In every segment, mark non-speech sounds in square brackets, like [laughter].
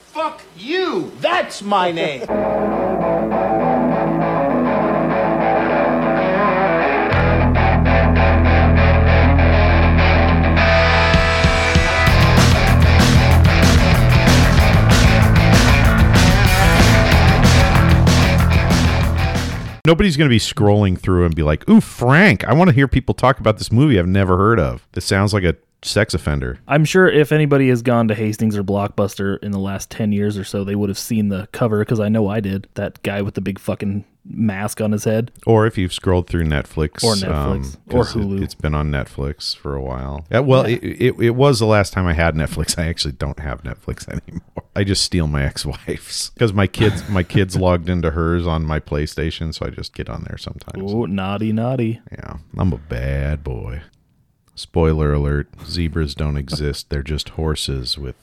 Fuck you! That's my name! Nobody's going to be scrolling through and be like, "Ooh, Frank, I want to hear people talk about this movie I've never heard of. This sounds like a sex offender." I'm sure if anybody has gone to Hastings or Blockbuster in the last 10 years or so, they would have seen the cover because I know I did. That guy with the big fucking mask on his head. Or if you've scrolled through Netflix um, Or Netflix. Or 'cause Hulu. it, has been on Netflix for a while. Yeah, well, it, it, it was the last time I had Netflix. [laughs] I actually don't have Netflix [laughs] anymore. I just steal my [laughs] ex-wife's because my kids my kids logged into hers on my PlayStation, so I just get on there sometimes. Oh, naughty, naughty. Yeah, I'm a bad boy. Spoiler alert: zebras don't exist. They're just horses with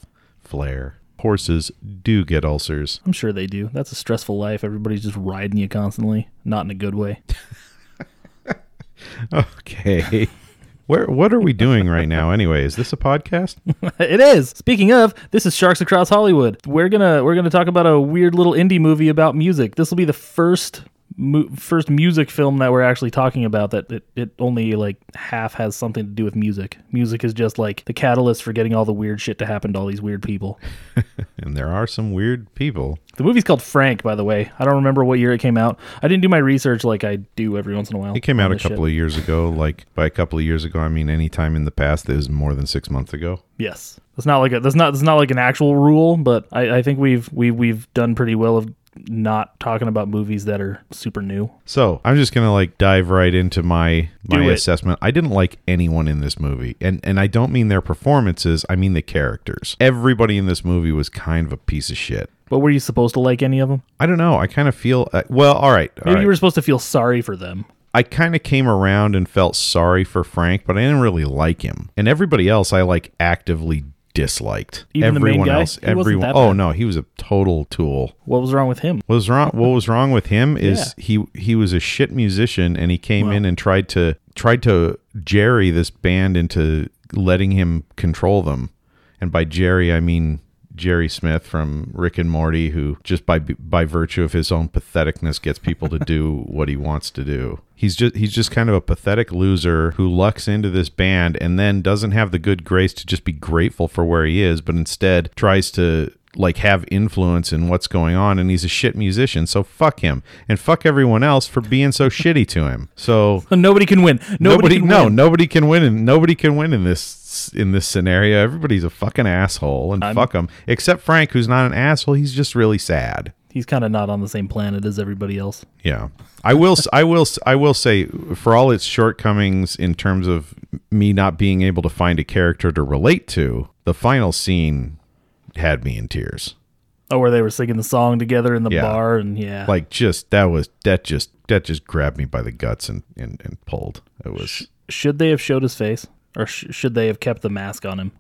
flair. Horses do get ulcers. [laughs] I'm sure they do. That's a stressful life. Everybody's just riding you constantly, not in a good way. Okay. Where, what are we doing right now anyway? Is this a podcast? it is. Speaking of, this is Sharks Across Hollywood. We're gonna we're gonna talk about a weird little indie movie about music. This will be the first mu- first music film that we're actually talking about that it, it only like half has something to do with music. Music is just like the catalyst for getting all the weird shit to happen to all these weird people. And there are some weird people. The movie's called Frank, by the way. I don't remember what year it came out. I didn't do my research like I do every once in a while. It came out a couple Of- of years ago. Like by a couple of years ago, I mean any time in the past that is more than six months ago. yes, that's not like a that's not that's not like an actual rule, but I, I think we've we we've done pretty well of not talking about movies that are super new. So I'm just gonna like dive right into my my Do it. assessment. I didn't like anyone in this movie, and and I don't mean their performances. I mean the characters. Everybody in this movie was kind of a piece of shit. But were you supposed to like any of them? I don't know. I kind of feel uh, well. All right. all Maybe right. you were supposed to feel sorry for them. I kind of came around and felt sorry for Frank, but I didn't really like him. And everybody else, I like actively disliked. Even the main everyone guy? else, He wasn't everyone. that Oh bad. no, he was a total tool. What was wrong with him? [laughs] What was wrong? What was wrong with him is he he was a shit musician, and he came in and tried to tried to jerry this band into letting him control them. And by Jerry, I mean Jerry Smith from Rick and Morty, who just by by virtue of his own patheticness gets people to do what he wants to do. He's just he's just kind of a pathetic loser who lucks into this band and then doesn't have the good grace to just be grateful for where he is, but instead tries to like have influence in what's going on and he's a shit musician so fuck him and fuck everyone else for being so [laughs] shitty to him so Nobody can win. Nobody, nobody, can no win. nobody can win and nobody can win in this in this scenario everybody's a fucking asshole and fuck 'em. fuck them except frank who's not an asshole he's just really sad He's kind of not on the same planet as everybody else. yeah i will s- i will s- i will say for all its shortcomings in terms of me not being able to find a character to relate to the final scene had me in tears Oh, where they were singing the song together in the Yeah. bar and yeah. like just that was that just that just grabbed me by the guts and and, and pulled it was should they have showed his face or sh- should they have kept the mask on him?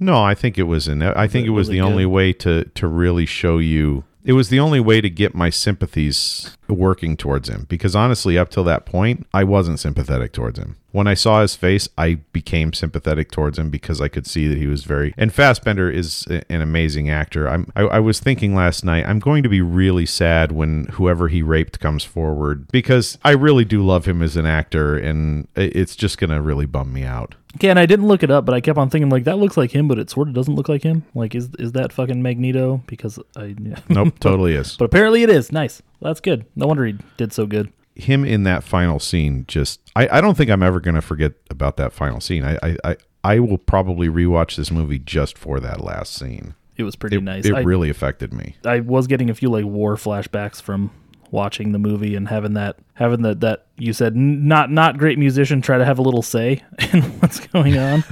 No, I think it was in. I think it was really the only way to to really show you. It was the only way to get my sympathies working towards him because honestly, up till that point, I wasn't sympathetic towards him. When I saw his face, I became sympathetic towards him because I could see that he was very. And Fassbender is a- an amazing actor. I'm. I, I was thinking last night, I'm going to be really sad when whoever he raped comes forward because I really do love him as an actor, and it- it's just gonna really bum me out. Okay, and I didn't look it up, but I kept on thinking like that looks like him, but it sort of doesn't look like him. Like is is that fucking Magneto? Because I yeah. Nope, totally is. but apparently it is. Nice. That's good. No wonder he did so good. him in that final scene just I, I don't think I'm ever gonna forget about that final scene. I, I, I, I will probably rewatch this movie just for that last scene. It was pretty It, nice. it I- really affected me. I was getting a few like war flashbacks from watching the movie and having that having that that you said "N- not not great musician try to have a little say [laughs] in what's going on.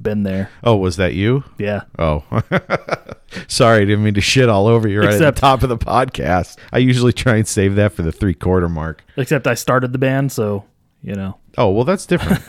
Been there, Oh, was that you? yeah. Oh. [laughs] Sorry, I didn't mean to shit all over you right at Except- the top of the podcast. I usually try and save that for the three quarter mark. Except I started the band, so you know. Oh well, that's [laughs] different.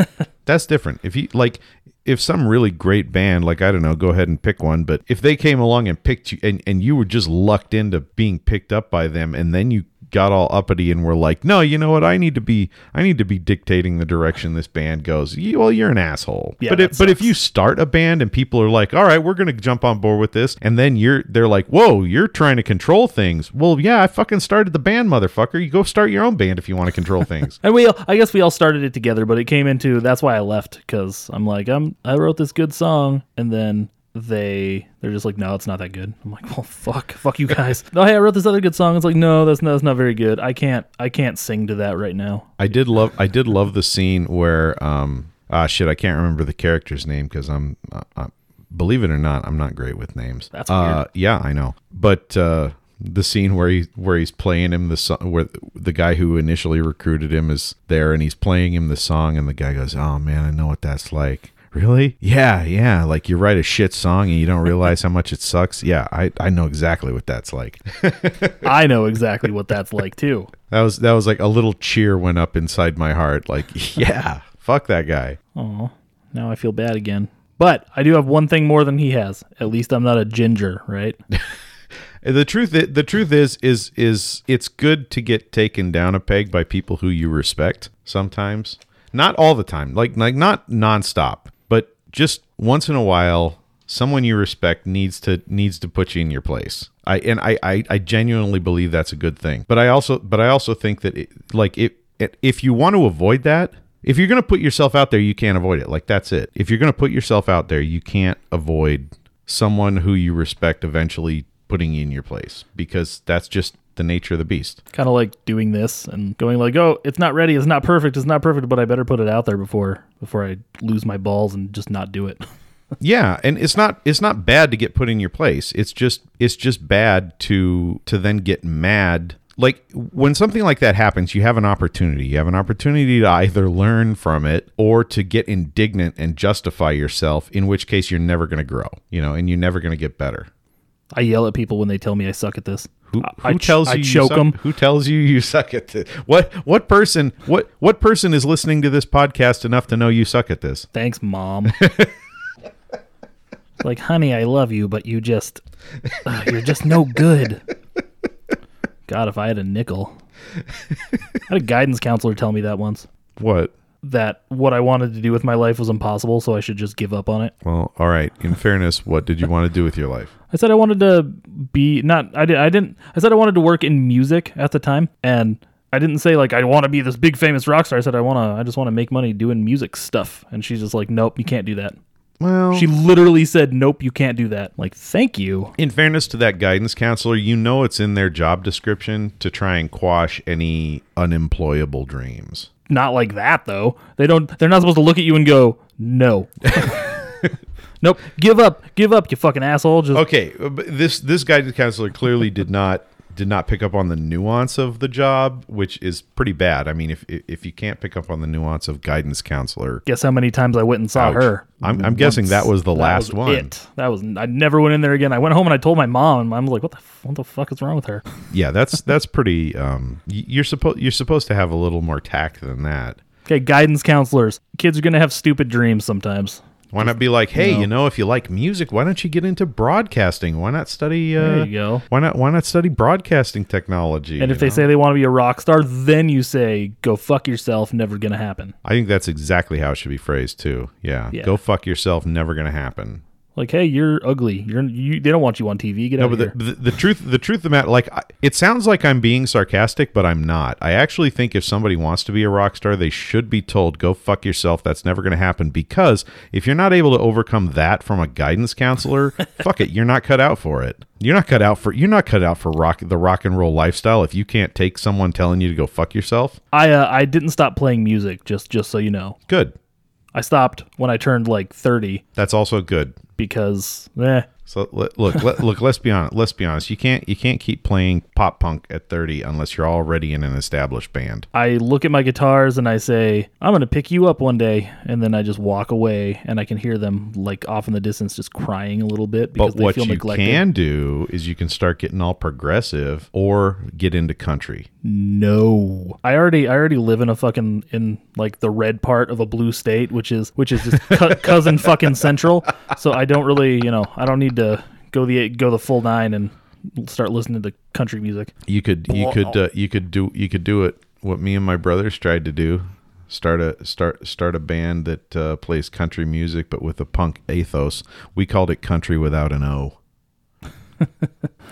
that's different. If you like, if some really great band, like I don't know, go ahead and pick one. But if they came along and picked you, and and you were just lucked into being picked up by them, and then you got all uppity and were like, "No, you know what? I need to be I need to be dictating the direction this band goes." You, well, you're an asshole. Yeah, but that if, but if sucks. you start a band and people are like, "All right, we're going to jump on board with this," and then you're they're like, "Whoa, you're trying to control things." Well, yeah, I fucking started the band, motherfucker. You go start your own band if you want to control things. And we, all- I guess we all started it together, but it came into that's why I left because I'm like, I'm I wrote this good song, and then they they're just like, no, it's not that good. I'm like, well, fuck, fuck you guys. oh, hey, I wrote this other good song. It's like, no, that's not that's not very good. I can't I can't sing to that right now. I did love I did love the scene where um ah shit I can't remember the character's name because I'm uh, uh, believe it or not I'm not great with names. That's Uh, yeah, I know. But uh, the scene where he where he's playing him the song where the guy who initially recruited him is there and he's playing him the song and the guy goes, "Oh man, I know what that's like." Really? Yeah, yeah. Like you write a shit song and you don't realize how much it sucks. Yeah, I, I know exactly what that's like. I know exactly what that's like too. That was that was like a little cheer went up inside my heart. Like, [laughs] yeah, fuck that guy. Oh, now I feel bad again. But I do have one thing more than he has. At least I'm not a ginger, right? The truth i- the truth is is is it's good to get taken down a peg by people who you respect sometimes. Not all the time. Like like not nonstop, but just once in a while someone you respect needs to needs to put you in your place. I and I I, I genuinely believe that's a good thing. But I also but I also think that it, like it, it if you want to avoid that, if you're going to put yourself out there, you can't avoid it. Like that's it. If you're going to put yourself out there, you can't avoid someone who you respect eventually putting you in your place because that's just the nature of the beast. [laughs] kind of like doing this and going like, "Oh, it's not ready. It's not perfect. It's not perfect, but I better put it out there before before I lose my balls and just not do it." [laughs] Yeah, and it's not it's not bad to get put in your place. It's just it's just bad to to then get mad. Like when something like that happens, you have an opportunity. You have an opportunity to either learn from it or to get indignant and justify yourself, in which case you're never going to grow, you know, and you're never going to get better. I yell at people when they tell me I suck at this. Who, who I ch- tells I you you choke suck- [laughs] 'em. Who tells you you suck at this? What what person what what person is listening to this podcast enough to know you suck at this? [laughs] Thanks, mom. like, honey, I love you, but you just ugh, you're just no good. God, if I had a nickel, I had a guidance counselor tell me that once. What? That what I wanted to do with my life was impossible, so I should just give up on it. Well, all right. In fairness, what did you want to do with your life? I said I wanted to be not I did I didn't I said I wanted to work in music at the time and I didn't say like I want to be this big famous rock star. I said I want to I just want to make money doing music stuff and she's just like nope, you can't do that. Well, She literally said nope, you can't do that. Like thank you. in fairness to that guidance counselor, you know it's in their job description to try and quash any unemployable dreams. Not like that though. They don't they're not supposed to look at you and go [laughs] no. nope, give up. Give up, you fucking asshole. Just Okay, uh, but this this guidance counselor clearly did not did not pick up on the nuance of the job, which is pretty bad. I mean, if if you can't pick up on the nuance of guidance counselor, guess how many times I went and saw Ouch. her. I'm, I'm guessing that was the last was one. It. That was. I never went in there again. I went home and I told my mom, and mom was like, "What the f- what the fuck is wrong with her?" Yeah, that's that's pretty. Um, y- you're supposed you're supposed to have a little more tact than that. Okay, guidance counselors. Kids are gonna have stupid dreams sometimes. Why not be like, hey, you know, if you like music, why don't you get into broadcasting? Why not study? Uh, There you go. Why not why not study broadcasting technology? And if you they know? say they want to be a rock star, then you say, "Go fuck yourself. Never gonna happen." I think that's exactly how it should be phrased too. Yeah, Yeah. go fuck yourself. Never gonna happen. Like, hey, you're ugly. You're you. They don't want you on TV. Get out No, but of here. the, the, the truth, the truth of the matter, like I, it sounds like I'm being sarcastic, but I'm not. I actually think if somebody wants to be a rock star, they should be told, "Go fuck yourself." That's never going to happen because if you're not able to overcome that from a guidance counselor, fuck it, you're not cut out for it. You're not cut out for you're not cut out for rock the rock and roll lifestyle if you can't take someone telling you to go fuck yourself. I uh, I didn't stop playing music. Just just so you know, Good, I stopped when I turned like thirty that's also good. because eh, So le- look, le- look. Let's be honest. Let's be honest. You can't you can't keep playing pop punk at 30 unless you're already in an established band. I look at my guitars and I say, I'm going to pick you up one day. And then I just walk away and I can hear them like off in the distance just crying a little bit because But they what feel you neglected. can do is you can start getting all progressive or get into country. No. I already I already live in a fucking in like the red part of a blue state, which is which is just [laughs] cu- cousin fucking central. So I don't really, you know, I don't need to go the go the full nine and start listening to country music. You could you could uh, you could do you could do it what me and my brothers tried to do. Start a start start a band that uh, plays country music but with a punk ethos. We called it country without an O.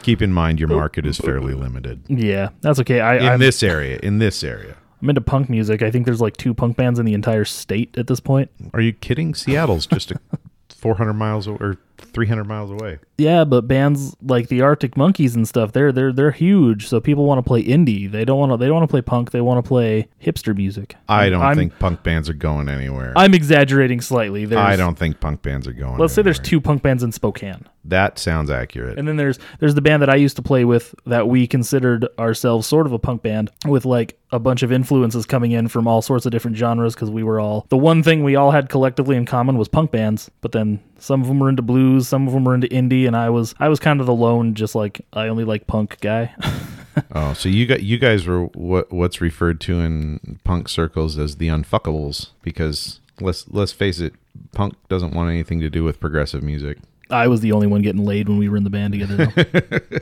Keep in mind your market is fairly limited. Yeah, that's okay. I, In I'm, this area, in this area. I'm into punk music. I think there's like two punk bands in the entire state at this point. Are you kidding? Seattle's just a [laughs] 400 miles o- or 300 miles away. Yeah, but bands like the Arctic Monkeys and stuff, they're they're they're huge. So people want to play indie. They don't want to they don't want to play punk. They want to play hipster music. I don't I'm- think punk bands are going anywhere. I, I'm exaggerating slightly. There's, don't think punk bands are going. Let's say there's anywhere. two punk bands in Spokane. That sounds accurate. And then there's there's the band that I used to play with that we considered ourselves sort of a punk band with like a bunch of influences coming in from all sorts of different genres because we were all the one thing we all had collectively in common was punk bands. But then some of them were into blues, some of them were into indie, and I was I was kind of the lone just like I only like punk guy. [laughs] oh, so you got you guys were what what's referred to in punk circles as the unfuckables because let's let's face it, punk doesn't want anything to do with progressive music. I was the only one getting laid when we were in the band together. Though.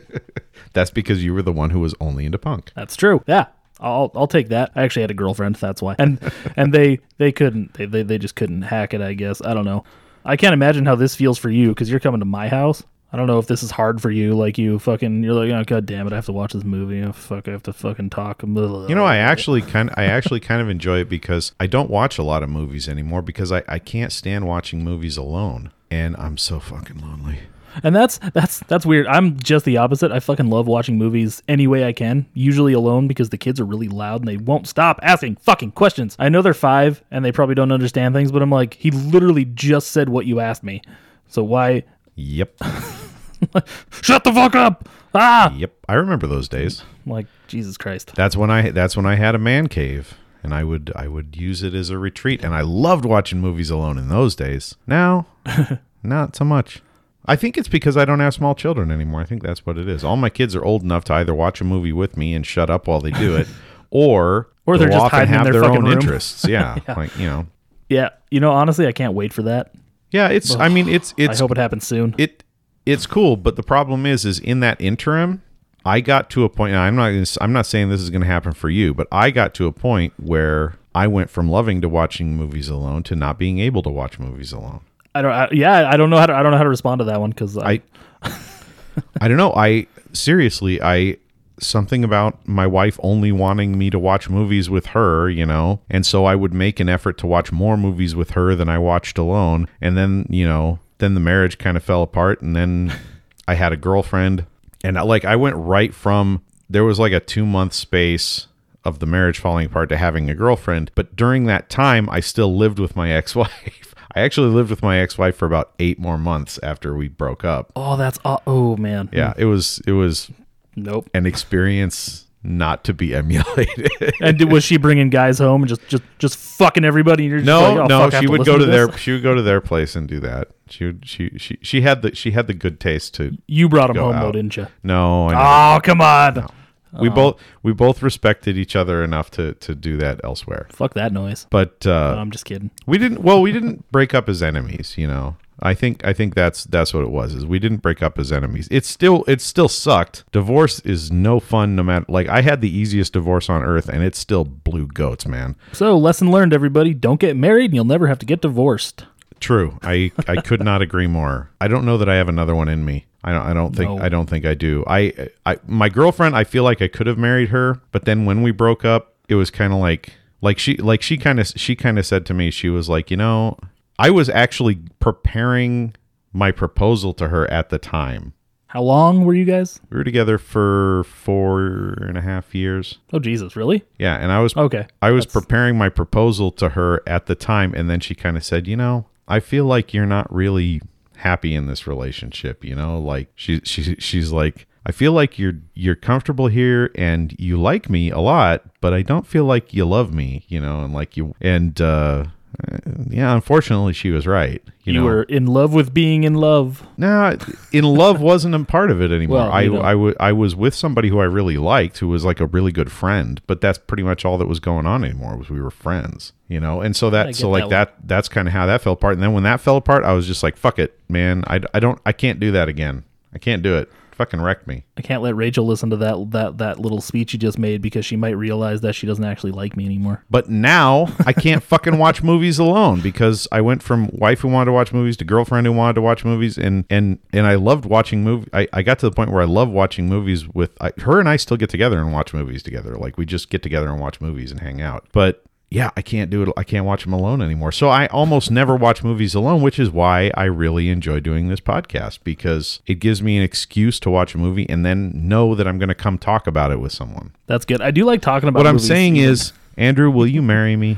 That's because you were the one who was only into punk. That's true. Yeah. I'll, I'll take that. I actually had a girlfriend. That's why. And [laughs] and they they couldn't. They, they they just couldn't hack it. I guess. I don't know. I can't imagine how this feels for you because you're coming to my house. I don't know if this is hard for you. Like you fucking. You're like, oh god damn it! I have to watch this movie. Oh, fuck, I have to fucking talk. You know, I actually kind I actually kind of enjoy it because I don't watch a lot of movies anymore because I, I can't stand watching movies alone and I'm so fucking lonely. And that's that's that's weird. I'm just the opposite. I fucking love watching movies any way I can, usually alone because the kids are really loud and they won't stop asking fucking questions. I know they're 5 and they probably don't understand things, but I'm like, he literally just said what you asked me. So why Yep. shut the fuck up? Ah, Yep. I remember those days. I'm like Jesus Christ. That's when I that's when I had a man cave and I would I would use it as a retreat and I loved watching movies alone in those days. [laughs] Now, not so much. I think it's because I don't have small children anymore. I think that's what it is. All my kids are old enough to either watch a movie with me and shut up while they do [laughs] it or Or they're go just off and hiding in have their their, fucking own room. [laughs] interests. Yeah, like, you know. Yeah, you know, honestly, I can't wait for that. Yeah, it's I mean it's I it's hope it happens soon. it it's cool, but the problem is is in that interim, I got to a point. and I'm not gonna s- I'm not saying this is going to happen for you, but I got to a point where I went from loving to watching movies alone to not being able to watch movies alone. I don't. I, yeah, I don't know how to. I don't know how to respond to that one because I, I I don't know. I seriously, I something about my wife only wanting me to watch movies with her, you know. And so I would make an effort to watch more movies with her than I watched alone. And then, you know, then the marriage kind of fell apart and then I had a girlfriend and I, like I went right from there was like a 2 month space of the marriage falling apart to having a girlfriend, but during that time I still lived with my [laughs] ex-wife. I actually lived with my ex-wife for about 8 more months after we broke up. oh, that's aw- oh man. Yeah, it was it was Nope. an experience not to be [laughs] emulated. [laughs] And did, was she bringing guys home and just just just fucking everybody? And you're just no, like, oh, no, fuck, I have she would listen go to this? their she would go to their place and do that. She would she she she had the she had the good taste to You brought him go home out. though, didn't you? No, I know. Oh, come on! we both we both respected each other enough to to do that elsewhere. Fuck that noise. But uh, I'm just kidding. we didn't well we didn't break up as enemies you know i think i think that's that's what it was is we didn't break up as enemies it's still it still sucked divorce is no fun no matter like i had the easiest divorce on earth and it's still blue goats man So, lesson learned, everybody: don't get married, and you'll never have to get divorced. true i i could not agree more i don't know that i have another one in me i don't i don't think No. i don't think i do i i my girlfriend i feel like i could have married her but then when we broke up it was kind of like like she like she kind of she kind of said to me she was like you know i was actually preparing my proposal to her at the time How long were you guys? we were together for four and a half years Oh, Jesus, really? yeah and i was Okay. I was preparing my proposal to her at the time, and then she kind of said, "You know, I feel like you're not really happy in this relationship. You know, like she she she's like." I feel like you're you're comfortable here and you like me a lot, but I don't feel like you love me, you know, and like you and uh yeah, unfortunately she was right. You, You, know, were in love with being in love. Nah, in love wasn't a part of it anymore. Well, I I you know. wa- I was with somebody who I really liked, who was like a really good friend. But that's pretty much all that was going on anymore. Was we were friends, you know. And so I that so get like that that, that's kind of how that fell apart. And then when that fell apart, I was just like, fuck it, man. I, I don't I can't do that again. I can't do it. fucking wrecked me. I can't let Rachel listen to that that that little speech you just made because she might realize that she doesn't actually like me anymore. But now I [laughs] can't fucking watch movies alone because I went from wife who wanted to watch movies to girlfriend who wanted to watch movies, and and and I loved watching movie. I, I got to the point where I love watching movies with I, her and I still get together and watch movies together. Like we just get together and watch movies and hang out. But yeah, I can't do it. I can't watch them alone anymore. So I almost never watch movies alone, which is why I really enjoy doing this podcast because it gives me an excuse to watch a movie and then know that I'm going to come talk about it with someone. That's good. I do like talking about What I'm movies, saying even. is, Andrew, will you marry me?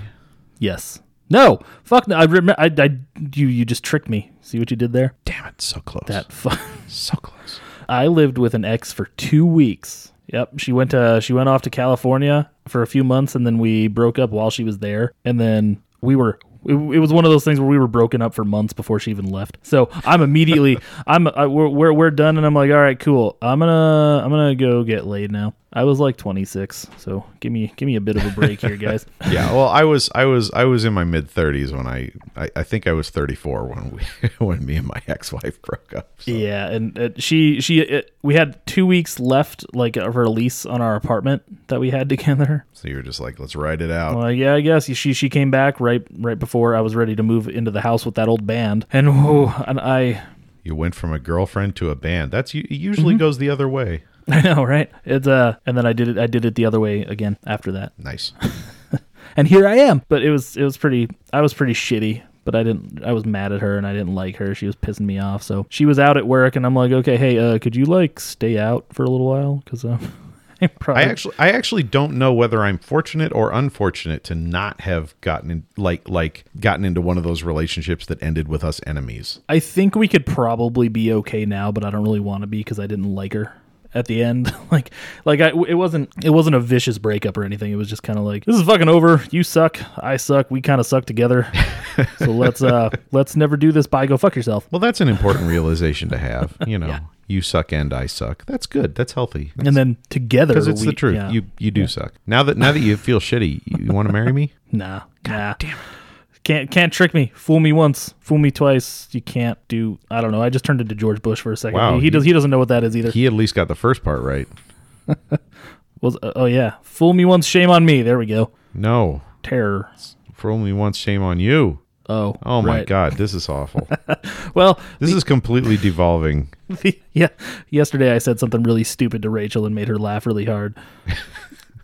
yes. No, fuck no. I remember. I, I you you just tricked me. See what you did there? Damn it, so close. That [laughs] fuck. so close. I lived with an ex for two weeks. Yep, she went to she went off to California for a few months, and then we broke up while she was there. And then we were it, it was one of those things where we were broken up for months before she even left. So I'm immediately [laughs] I'm I, we're, we're we're done, and I'm like, all right, cool. I'm gonna I'm gonna go get laid now. I was like 26, so give me give me a bit of a break here, guys. Yeah, well, I was, I was, I was in my mid 30s when I, I, I think I was 34 when we, [laughs] when me and my ex-wife broke up. So. Yeah, and uh, she she uh we had two weeks left like of her lease on our apartment that we had [laughs] together. so you were just like, let's write it out. Well, yeah, I guess she she came back right right before I was ready to move into the house with that old band, and whoa, and I [laughs] You went from a girlfriend to a band. That's u- it Mm-hmm. usually goes the other way. I know right? It's uh, and then I did it I did it the other way again after that, Nice. and here I am. But it was it was pretty I was pretty shitty. But I didn't. I was mad at her, and I didn't like her. She was pissing me off. So she was out at work, and I'm like, okay, hey, uh, could you like stay out for a little while? Because [laughs] um, I probably I actually I actually don't know whether I'm fortunate or unfortunate to not have gotten in, like like gotten into one of those relationships that ended with us enemies. I think we could probably be okay now, but I don't really want to be because I didn't like her at the end. [laughs] like, like I, it wasn't, it wasn't a vicious breakup or anything. It was just kind of like, this is fucking over. You suck. I suck. We kind of suck [laughs] together. so let's, uh, let's never do this. Bye. Go fuck yourself. Well, that's an important realization to have, [laughs] you know. You suck and I suck. That's good. That's healthy. And then together, Because it's we- the truth. yeah. You you do suck. Now that now that you feel shitty, you want to marry [laughs] me? nah, nah. Damn it. Can't can't trick me. Fool me once, fool me twice. You can't do. I don't know. I just turned into George Bush for a second. Wow, he, he you- does. He doesn't know what that is either. He at least got the first part right. Was oh yeah, fool me once, shame on me. There we go. No, Terror. for only once, shame on you. Oh. Oh my right. god, this is [laughs] awful. Well, This is completely devolving. the, yeah. Yesterday I said something really stupid to Rachel and made her laugh [laughs] really hard.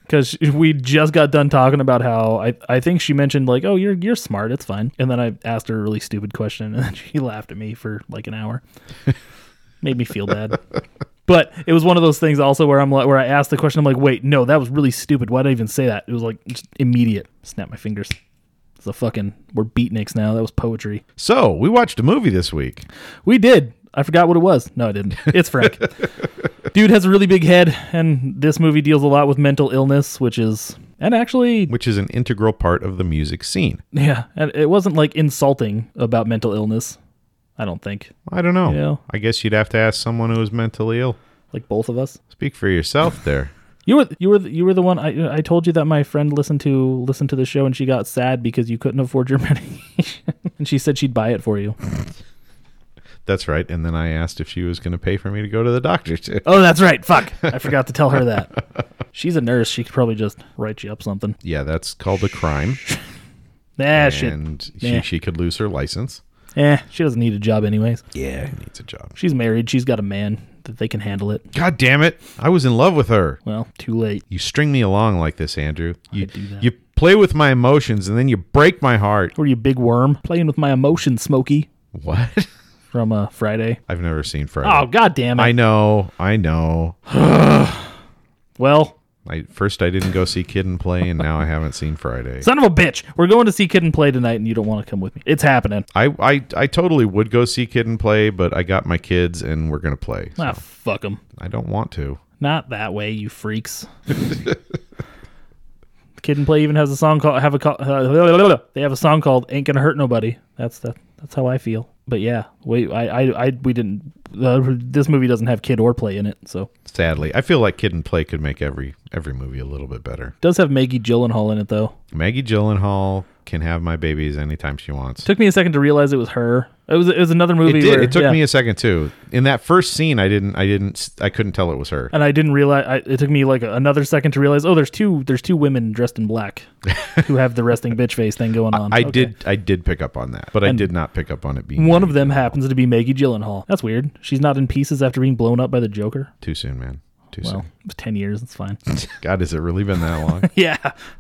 Because we just got done talking about how I, I think she mentioned like, oh, you're you're smart, it's fine. And then I asked her a really stupid question, and then [laughs] she laughed at me for like an hour. Made me [laughs] feel bad. But it was one of those things also where I'm like, where I asked the question, I'm like, wait, no, that was really stupid. Why did I even say that? It was like just immediate. Snap my fingers. It's a fucking we're beatniks now. That was poetry. So we watched a movie this week. We did. I forgot what it was. No, I didn't. It's Frank. Dude has a really big head, and this movie deals a lot with mental illness, which is and actually which is an integral part of the music scene. yeah, and it wasn't like insulting about mental illness. I don't think. I don't know. Yeah. I guess you'd have to ask someone who is mentally ill. Like both of us. Speak for yourself there. You were you were you were the one I I told you that my friend listened to listened to the show and she got sad because you couldn't afford your [laughs] medication. and she said she'd buy it for you. That's right. And then I asked if she was going to pay for me to go to the doctor too. Oh, that's right. Fuck. I forgot to tell her that. She's a nurse. She could probably just write you up something. Yeah, that's called a [laughs] crime, Nah, shit. and she, Nah. she could lose her license. Eh, she doesn't need a job anyways. Yeah, needs a job. She's married. She's got a man that they can handle it. God damn it! I was in love with her. Well, too late. You string me along like this, Andrew. You do that. you play with my emotions and then you break my heart. Who are you, big worm? Playing with my emotions, Smokey, What? from uh, Friday. [laughs] I've never seen Friday. Oh, god damn it. I know. I know. well, I first I didn't go see Kid and Play, and now I haven't seen Friday. son of a bitch. We're going to see Kid and Play tonight, and you don't want to come with me. It's happening. I, I I totally would go see Kid and Play, but I got my kids and we're gonna play. Ah, fuck them. I don't want to. Not that way, you freaks. Kid and Play even has a song called have a call, uh, [laughs] they have a song called "Ain't Gonna Hurt Nobody." That's the that's how I feel. But yeah, wait, I I, I we didn't. Uh, this movie doesn't have kid or play in it, so Sadly, I feel like Kid and Play could make every every movie a little bit better. Does have Maggie Gyllenhaal in it though. Maggie Gyllenhaal can have my babies anytime she wants. Took me a second to realize it was her. It was it was another movie. it did. where- it took yeah. me a second too. In that first scene, I didn't, I didn't, I couldn't tell it was her. and I didn't realize. I, it took me like another second to realize. Oh, there's two. There's two women dressed [laughs] in black who have the resting bitch face thing going on. I Um, Okay. did, I did pick up on that, but I did not pick up on it being One Maggie of them Gyllenhaal. happens to be Maggie Gyllenhaal. That's weird. She's not in pieces after being blown up by the Joker. Too soon, man. Too Well, soon. it was ten years. [laughs] It's fine. God, has it really been that [laughs] long? yeah,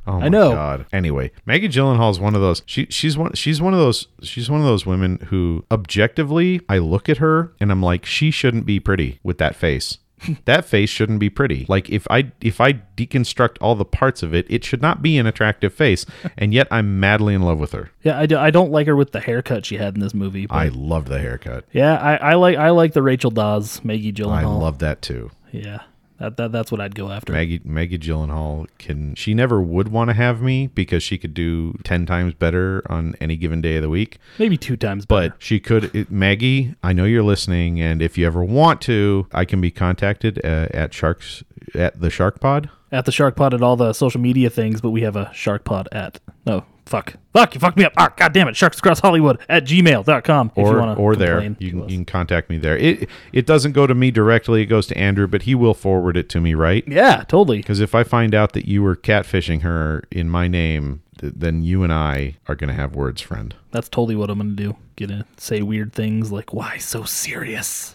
Oh my I know. God. Anyway, Maggie Gyllenhaal is one of those. She she's one she's one of those she's one of those women who objectively I look at her and I'm like she shouldn't be pretty with that [laughs] face. that face shouldn't be pretty. Like if I if I deconstruct all the parts of it, it should not be an attractive face. And yet I'm madly in love with her. Yeah, I, do, I don't like her with the haircut she had in this movie. But I love the haircut. yeah, I, I like I like the Rachel Dawes Maggie Gyllenhaal. I love that too. Yeah, that, that that's what I'd go after. Maggie Maggie Gyllenhaal can she never would want to have me because she could do 10 times better on any given day of the week. Maybe two times, but she could it, maggie i know you're listening and if you ever want to i can be contacted uh, at sharks at the shark pod at the Shark Pod at all the social media things, but we have a Shark Pod at no fuck fuck you fucked me up ah god damn it sharks across Hollywood at gmail.com if you or want or there you can, you can contact me there it it doesn't go to me directly it goes to andrew but he will forward it to me right yeah totally because if i find out that you were catfishing her in my name th- then you and i are going to have words friend that's totally what I'm gonna do gonna say weird things like why so serious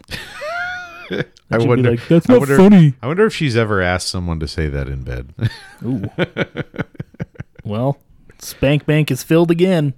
I she'd be wonder, like, "That's I not wonder- funny." I wonder if she's ever asked someone to say that in bed. [laughs] ooh well Spank Bank is [laughs] filled again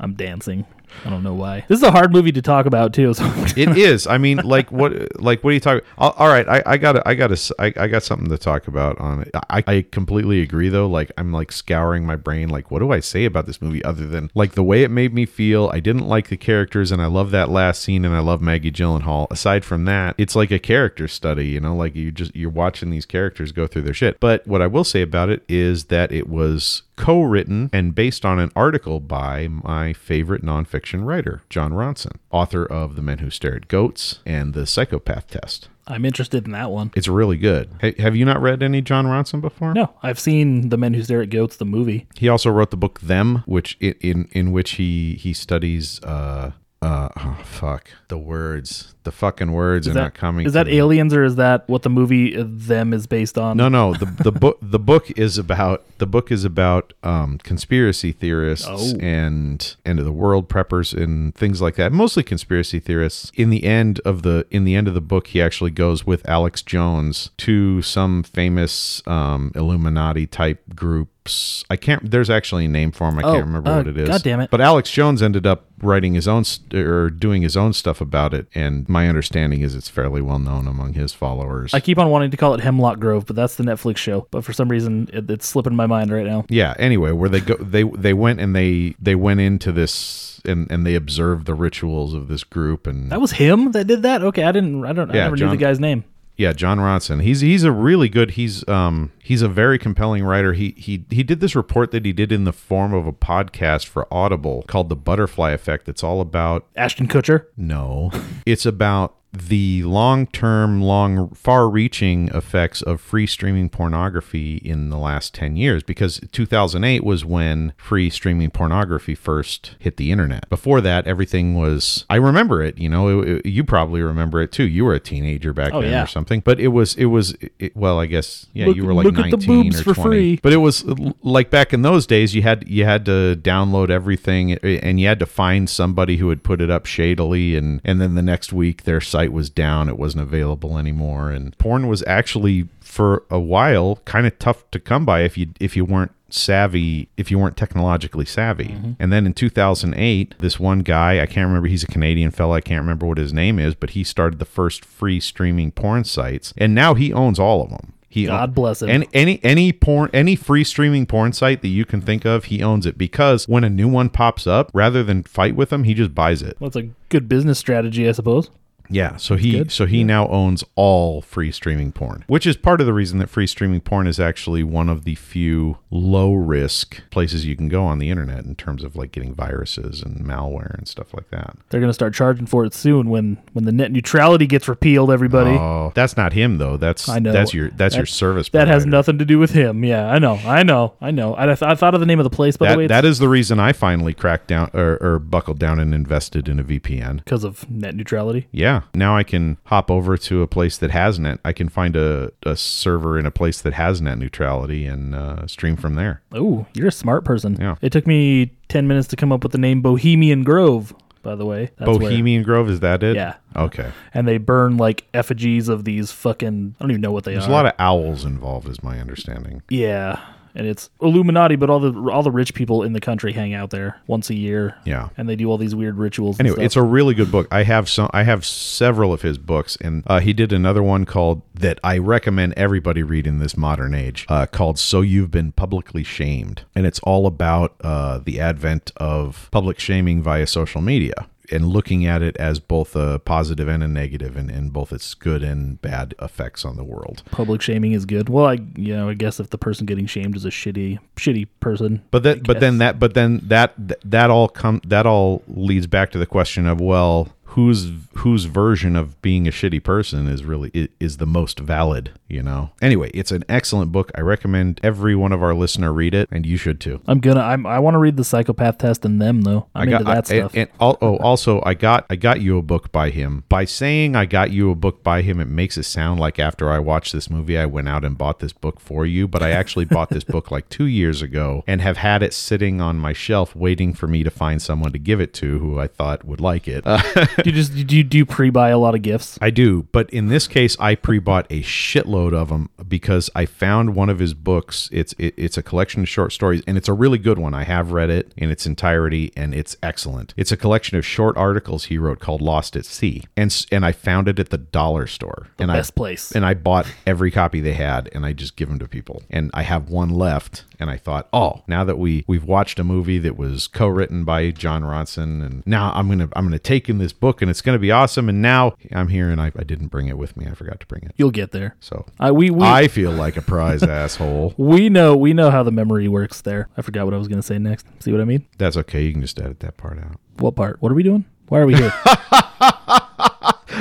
I'm dancing I don't know why this is a hard movie to talk about too so [laughs] It is. I mean, like what? Like what are you talking? All, all right, I, I got, I got, a, I, I got something to talk about on it. I, I completely agree though. Like I'm like scouring my brain. Like what do I say about this movie other than like the way it made me feel? I didn't like the characters, and I love that last scene, and I love Maggie Gyllenhaal. Aside from that, it's like a character study. You know, like you just you're watching these characters go through their shit. But what I will say about it is that it was co-written and based on an article by my favorite nonfiction writer, John Ronson, author of The Men Who Stare at Goats and The Psychopath Test. I'm interested in that one It's really good. Ha- have you not read any John Ronson before? no I've seen The Men Who Stare at Goats the movie He also wrote the book Them, which i- in in which he he studies uh uh oh, fuck the words the fucking words Is are that- not coming. Is to that me. aliens or is that what the movie uh, Them is based on? No, no. the the book The book is about the book is about um, conspiracy theorists Oh. and end of the world preppers and things like that. Mostly conspiracy theorists. In the end of the in the end of the book, he actually goes with Alex Jones to some famous um, Illuminati type groups. I can't. There's actually a name for him. I Oh, can't remember uh, what it is. God damn it. But Alex Jones ended up writing his own st- or doing his own stuff about it. And my understanding is it's fairly well known among his followers. I keep on wanting to call it Hemlock Grove, but that's the Netflix show. But for some reason, it, it's slipping my mind right now. yeah anyway where they go they they went and they they went into this and and they observed the rituals of this group and That was him that did that. Okay, I didn't. I don't. I Yeah, never knew John- the guy's name. yeah john ronson he's he's a really good he's um he's a very compelling writer he he he did this report that he did in the form of a podcast for audible called the butterfly effect that's all about Ashton Kutcher. No. it's about the long term, long, far reaching effects of free streaming pornography in the last 10 years because 2008 was when free streaming pornography first hit the internet. Before that, everything was, I remember it, you know, it- it- you probably remember it too. You were a teenager back Oh, then yeah. or something, but it was, it was, it, well, I guess, yeah, Look- you were like look at 19 the boobs or for 20. free. But it was uh, l- like back in those days, you had you had to download everything, uh, and you had to find somebody who had put it up shadily, and and then the next week their site was down, it wasn't available anymore, and porn was actually for a while kind of tough to come by if you if you weren't savvy if you weren't technologically savvy and then in 2008 this one guy i can't remember he's a canadian fella i can't remember what his name is but he started the first free streaming porn sites and now he owns all of them he God bless him. and any any porn any free streaming porn site that you can think of he owns it because when a new one pops up rather than fight with them he just buys it Well, that's a good business strategy, I suppose. Yeah, so he so he now owns all free streaming porn, which is part of the reason that free streaming porn is actually one of the few low risk places you can go on the internet in terms of like getting viruses and malware and stuff like that. They're going to start charging for it soon when when the net neutrality gets repealed. Everybody, Oh, that's not him though. That's I know that's your that's your That- service. that has provider. nothing to do with him. Yeah, I know, I know, I know. I, I thought of the name of the place by the way. That, that is the reason I finally cracked down or, or buckled down and invested in a VPN. because of net neutrality. Yeah. Now I can hop over to a place that has net. I can find a, a server in a place that has net neutrality and uh, stream from there. Oh, you're a smart person. Yeah. It took me ten minutes to come up with the name Bohemian Grove. By the way, That's where- Bohemian Grove, is that it? Yeah. Okay. and they burn like effigies of these fucking. I don't even know what they There's are. a lot of owls involved, is my understanding. Yeah, and it's Illuminati, but all the all the rich people in the country hang out there once a year. Yeah. and they do all these weird rituals. Anyway, it's a really good book. I have some. I have several of his books, and uh, he did another one called that I recommend everybody read in this modern age, uh, called "So You've Been Publicly Shamed," and it's all about uh, the advent of public shaming via social media and looking at it as both a positive and a negative, and, and both its good and bad effects on the world. a public shaming is good. Well, I you know I guess if the person getting shamed is a shitty shitty person, But that, but then that, but then that, th- that all come, that all leads back to the question of well, whose whose version of being a shitty person is really i- is the most valid, you know? Anyway, it's an excellent book. I recommend every one of our listener read it, and you should too. I'm gonna I'm, I want to read the psychopath test in them though. I'm got into that I, and- stuff. And, al- oh, also I got I got you a book by him. By saying I got you a book by him, it makes it sound like after I watched this movie, I went out and bought this book for you. But I actually bought this book like two years ago and have had it sitting on my shelf, waiting for me to find someone to give it to who I thought would like it. Uh, do you just do you, do you pre-buy a lot of gifts? I do, but in this case, I pre-bought a shitload of them because I found one of his books. It's it, it's a collection of short stories, and it's a really good one. I have read it in its entirety, and it's excellent. It's a collection of short articles he wrote called "Lost at Sea," and s- and I found it at the dollar store. and best I, place. And I bought every copy they had, and I just give them to people. And I have one left, and I thought, oh, now that we we've watched a movie that was co-written by John Ronson, and now I'm gonna I'm gonna take in this book, and it's gonna be awesome. And now I'm here, and I, I didn't bring it with me. I forgot to bring it. You'll get there. So I we we I feel like a prize [laughs] asshole. we know we know how the memory works there. I forgot what I was gonna say next. See what I mean? That's okay. You can just edit that part out. What part? What are we doing? Why are we [laughs] here?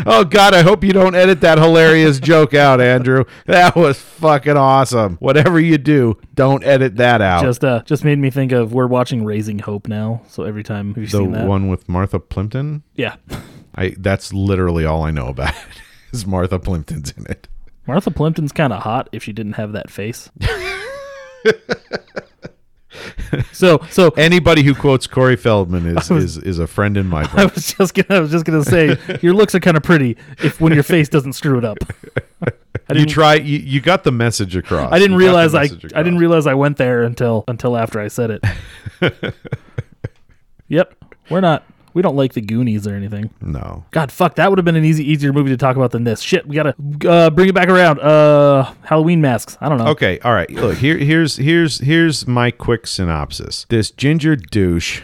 Oh God, I hope you don't edit that [laughs] hilarious joke out, Andrew. That was fucking awesome. Whatever you do, don't edit that out. just uh just made me think of we're watching Raising Hope now. So every time have you the seen that? one with Martha Plimpton. Yeah. [laughs] I that's literally all I know about it [laughs] is Martha Plimpton's in it. Martha Plimpton's kind of hot if she didn't have [laughs] that face. so so Anybody who quotes Corey Feldman is is, is a friend in my I book. was just gonna I was just gonna say your looks are kind of pretty if when your face doesn't [laughs] screw it up. You try you, you got the message across. I You didn't got the realize I I message across. didn't realize I went there until until after I said it. [laughs] yep, we're not we don't like the Goonies or anything. No. God, fuck, that would have been an easy, easier movie to talk about than this. Shit, we gotta uh, bring it back around. Uh, Halloween masks. I don't know. Okay, all right. Look, here here's here's here's my quick synopsis. This ginger [laughs] douche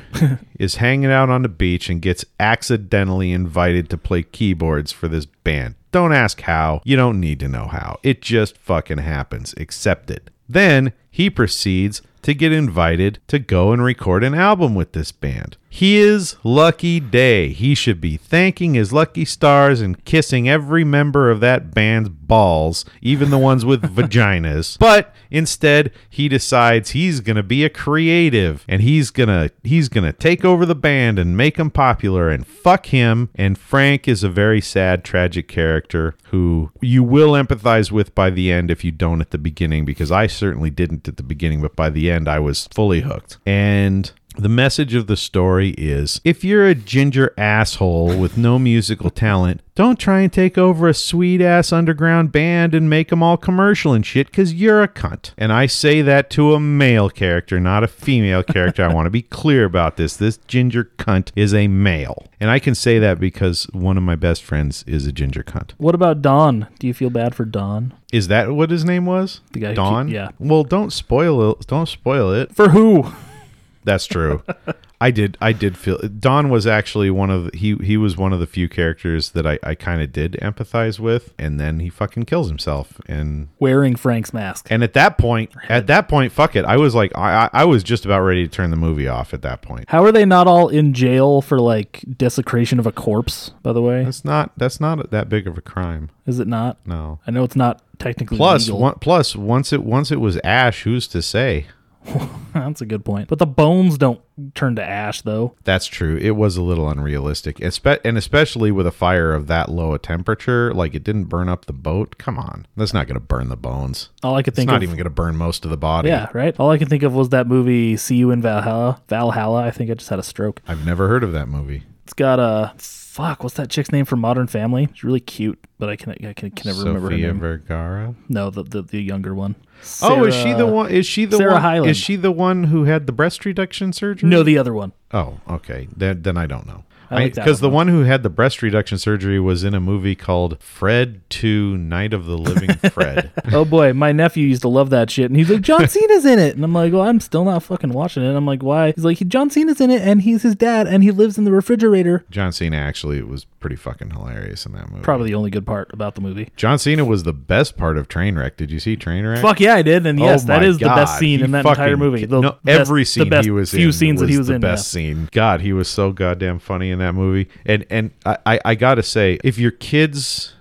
is hanging out on the beach and gets accidentally invited to play keyboards for this band. Don't ask how. You don't need to know how. It just fucking happens. Accept it. Then he proceeds to get invited to go and record an album with this band. His lucky day. He should be thanking his lucky stars and kissing every member of that band's balls, even the ones with vaginas. But instead, he decides he's going to be a creative and he's going to he's going to take over the band and make them popular and fuck him and Frank is a very sad tragic character who you will empathize with by the end if you don't at the beginning because I certainly didn't at the beginning but by the end I was fully hooked. And the message of the story is if you're a ginger asshole with no musical talent, don't try and take over a sweet ass underground band and make them all commercial and shit because you're a cunt. And I say that to a male character, not a female character. I want to be clear about this. This ginger cunt is a male. And I can say that because one of my best friends is a ginger cunt. What about Don? Do you feel bad for Don? Is that what his name was? The guy who Don? keep- yeah. Well, don't spoil it. Don't spoil it. For who? [laughs] That's true. I did. I did feel Don was actually one of the, he he was one of the few characters that I I kind of did empathize with, and then he fucking kills himself, and Wearing Frank's mask. and at that point, at that point, fuck it, I was like, I I I was just about ready to turn the movie off at that point. How are they not all in jail for like desecration of a corpse? By the way, That's not that's not that big of a crime. is it not? No. I know it's not technically Plus, legal. one, plus once it once it was Ash, who's to say? [laughs] That's a good point. But the bones don't turn to ash, though. That's true. It was a little unrealistic, Espe- and especially with a fire of that low a temperature, like it didn't burn up the boat. Come on, that's not going to burn the bones. All I could It's think not of, even going to burn most of the body. yeah, right. All I could think of was that movie "See You in Valhalla." Valhalla. I think I just had a stroke. I've never heard of that movie. It's got a fuck. What's that chick's name from Modern Family? She's really cute, but I can I can, can never remember her Sofia name. Vergara. No, the, the the younger one. oh, is she the Sarah- one? Is she the Sarah one? Hyland. Is she the one who had the breast reduction surgery? No, the other one. Oh, okay. Then then I don't know. I like that Because the one who had the breast reduction surgery was in a movie called Fred Two: Night of the [laughs] Living Fred. Oh boy, my nephew used to love that shit, and he's [laughs] like, John Cena's in it, and I'm like, well, I'm still not fucking watching it. I'm like, why? He's like, John Cena's in it, and he's his dad, and he lives in the refrigerator. John Cena actually was pretty fucking hilarious in that movie. Probably the only good part about the movie. John Cena was the best part of Trainwreck. Did you see Trainwreck? Fuck yeah, I did, and Oh yes, that my is the best God. scene He in that fucking- entire movie. The no, best- every the scene best he was in. few scenes that he was the in. yeah. Best scene. God, he was so goddamn funny in that movie. And and I I, I gotta say, if your [laughs] kids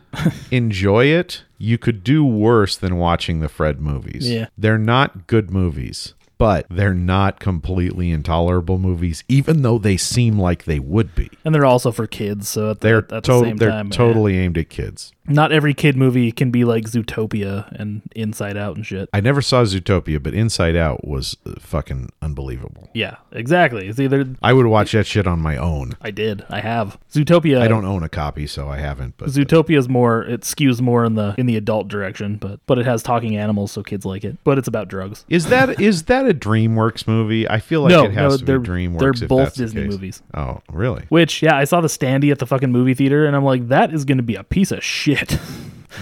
enjoy it, you could do worse than watching the Fred movies. Yeah. they're not good movies. But they're not completely intolerable movies, even though they seem like they would be. And they're also for kids, so at the, They're at the to- same they're time, totally aimed at kids. yeah. not every kid movie can be like Zootopia and Inside Out and shit. I never saw Zootopia, but Inside Out was uh, fucking unbelievable. Yeah, exactly. It's either I would watch that shit on my own. I did, I have Zootopia. I don't own a copy, so I haven't. But uh, Zootopia's more it skews more in the in the adult direction, but but it has talking animals, so kids like it. But it's about drugs. is that is that a DreamWorks movie? I feel like No, it has no, to they're- be DreamWorks. they're if both that's the Disney case. movies. Oh, really? Which yeah, I saw the standee at the fucking movie theater, and I'm like, that is going to be a piece of shit. [laughs]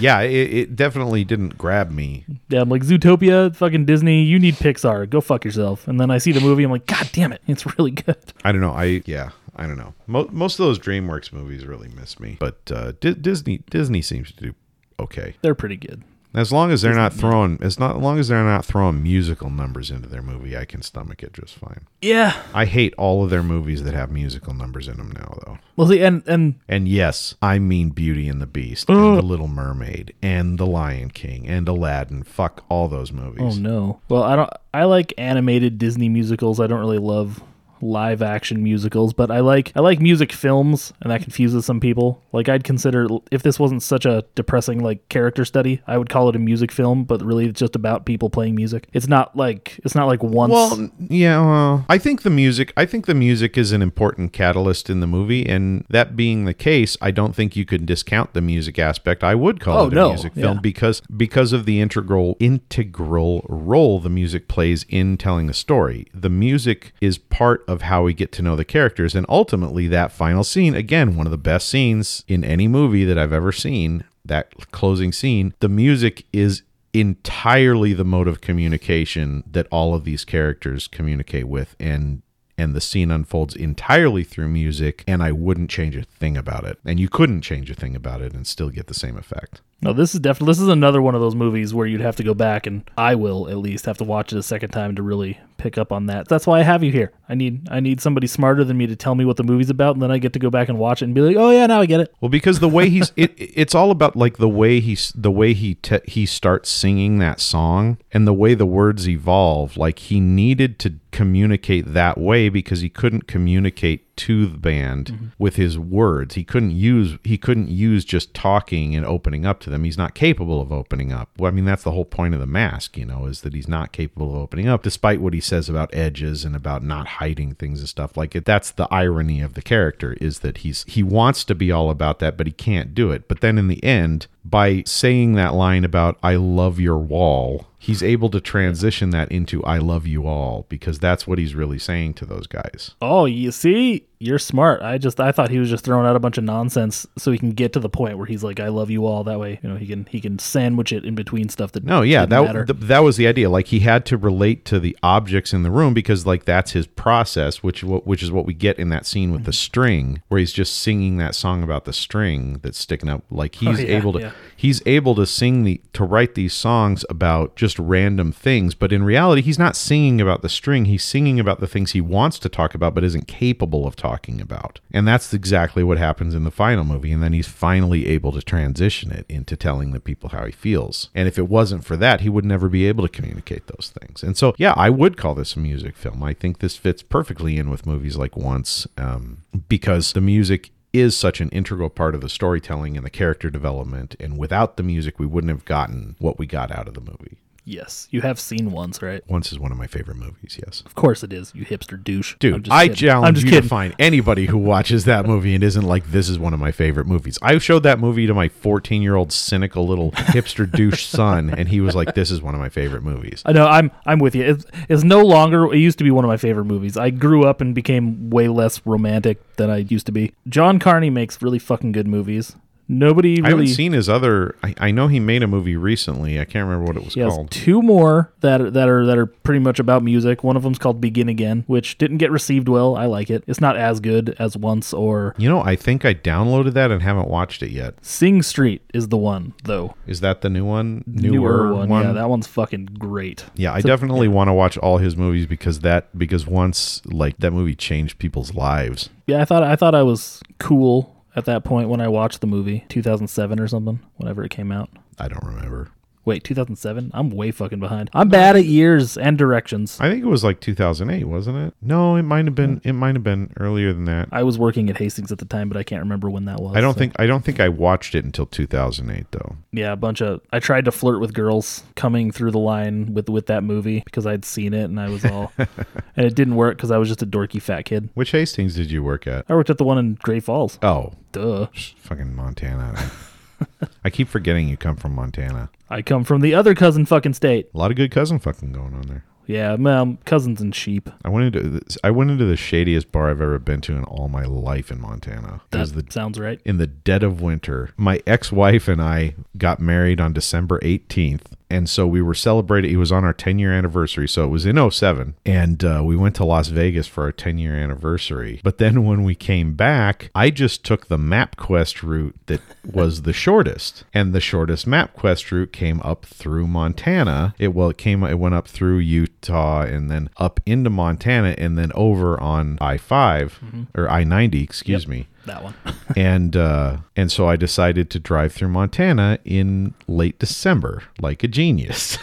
Yeah, it, it definitely didn't grab me. yeah, I'm like Zootopia, fucking Disney. You need Pixar. Go fuck yourself. And then I see the movie, I'm like, god damn it, it's really [laughs] good. I don't know. I yeah, I don't know. Mo- most of those DreamWorks movies really miss me, but uh, Di- Disney Disney seems to do okay They're pretty good. as long as they're not throwing as not as long as they're not throwing musical numbers into their movie. I can stomach it just fine. Yeah. I hate all of their movies that have musical numbers in them now, though. Well, see, and and And yes, I mean Beauty and the Beast, and The Little Mermaid, and The Lion King, and Aladdin. Fuck all those oh movies. no. Well, I don't. I like animated Disney musicals. I don't really love live action musicals, but I like I like music films, and that confuses some people. Like I'd consider if this wasn't such a depressing like character study, I would call it a music film, but really it's just about people playing music. It's not like it's not like once. Well, n- yeah, well, I think the music. I think the music is an important catalyst in the movie, and that being the case, I don't think you can discount the music aspect. I would call Oh, it a no, music film yeah. because because of the integral integral role the music plays in telling the story. The music is part of how we get to know the characters, and ultimately that final scene. Again, one of the best scenes in any movie that I've ever seen. That closing scene, the music is entirely the mode of communication that all of these characters communicate with and and the scene unfolds entirely through music and I wouldn't change a thing about it and you couldn't change a thing about it and still get the same effect. No, this is definitely this is another one of those movies where you'd have to go back and I will at least have to watch it a second time to really pick up on that. That's why I have you here. I need I need somebody smarter than me to tell me what the movie's about, and then I get to go back and watch it and be like, oh yeah, now I get it. Well, because the way he's it, it's all about like the way he's the way he te- he starts singing that song and the way the words evolve. Like he needed to communicate that way because he couldn't communicate to the band with his words. He couldn't use he couldn't use just talking and opening up to them. He's not capable of opening up. Well, I mean that's the whole point of the mask, you know, is that he's not capable of opening up despite what he says about edges and about not hiding things and stuff like it. That's the irony of the character is that he's he wants to be all about that but he can't do it. But then in the end by saying that line about I love your wall, he's able to transition that into I love you all because that's what he's really saying to those guys. Oh, you see, you're smart. I just I thought he was just throwing out a bunch of nonsense so he can get to the point where he's like, "I love you all." That way, you know, he can he can sandwich it in between stuff that No, yeah, didn't matter. that th- that was the idea. Like he had to relate to the objects in the room because like that's his process, which wh- which is what we get in that scene with Mm-hmm. the string, where he's just singing that song about the string that's sticking up. Like he's Oh, yeah, able to yeah. he's able to sing the to write these songs about just random things, but in reality, he's not singing about the string. He's singing about the things he wants to talk about but isn't capable of talking about, and that's exactly what happens in the final movie. And then he's finally able to transition it into telling the people how he feels. And if it wasn't for that, he would never be able to communicate those things. And so, yeah, I would call this a music film. I think this fits perfectly in with movies like Once um, because the music is such an integral part of the storytelling and the character development. And without the music, we wouldn't have gotten what we got out of the movie. yes, you have seen once, right? Once is one of my favorite movies, yes. Of course it is. You hipster douche, I'm Dude, just I kidding. challenge I'm just you kidding. to find anybody who watches that movie and isn't like, this is one of my favorite movies. I showed that movie to my 14 year old cynical little hipster [laughs] douche son, and he was like, this is one of my favorite movies. I know I'm I'm with you. It's, it's no longer. It used to be one of my favorite movies. I grew up and became way less romantic than I used to be. John Carney makes really fucking good movies. Nobody I haven't really. seen his other. I, I know he made a movie recently. I can't remember what it was He has called. two more that that are that are pretty much about music. One of them's called Begin Again, which didn't get received well. I like it. It's not as good as Once or You know, I think I downloaded that and haven't watched it yet. Sing Street is the one though. Is that the new one? Yeah, that one's fucking great. Yeah, I definitely want to watch all his movies because that because once like that movie changed people's lives. Yeah, I thought I thought I was cool at that point when I watched the movie, 2007 or something, whenever it came out. I don't remember. Wait, 2007? I'm way fucking behind. I'm bad at years and directions. I think it was like 2008, wasn't it? No, it might have been it might have been earlier than that. I was working at Hastings at the time, but I can't remember when that was. I don't so- think I don't think I watched it until 2008 though. Yeah, a bunch of. I tried to flirt with girls coming through the line with with that movie because I'd seen it and I [laughs] was all, and it didn't work because I was just a dorky fat kid. Which Hastings did you work at? I worked at the one in Great Falls. Oh, Duh. fucking Montana. [laughs] I keep forgetting you come from Montana. I come from the other cousin fucking state. A lot of good cousin fucking going on there. Yeah, um, cousins and sheep. I went into this, I went into the shadiest bar I've ever been to in all my life in Montana. It That was the sounds right. in the dead of winter. My ex-wife and I got married on December 18th, and so we were celebrating. It was on our 10-year anniversary, so it was in 07, and uh, we went to Las Vegas for our 10-year anniversary. But then when we came back, I just took the MapQuest route that was the shortest, and the shortest MapQuest route came up through Montana. It well, it came, it went up through Utah, and then up into Montana, and then over on I-5 or I-90, excuse me [laughs] That one. and uh, and so I decided to drive through Montana in late December, like a genius.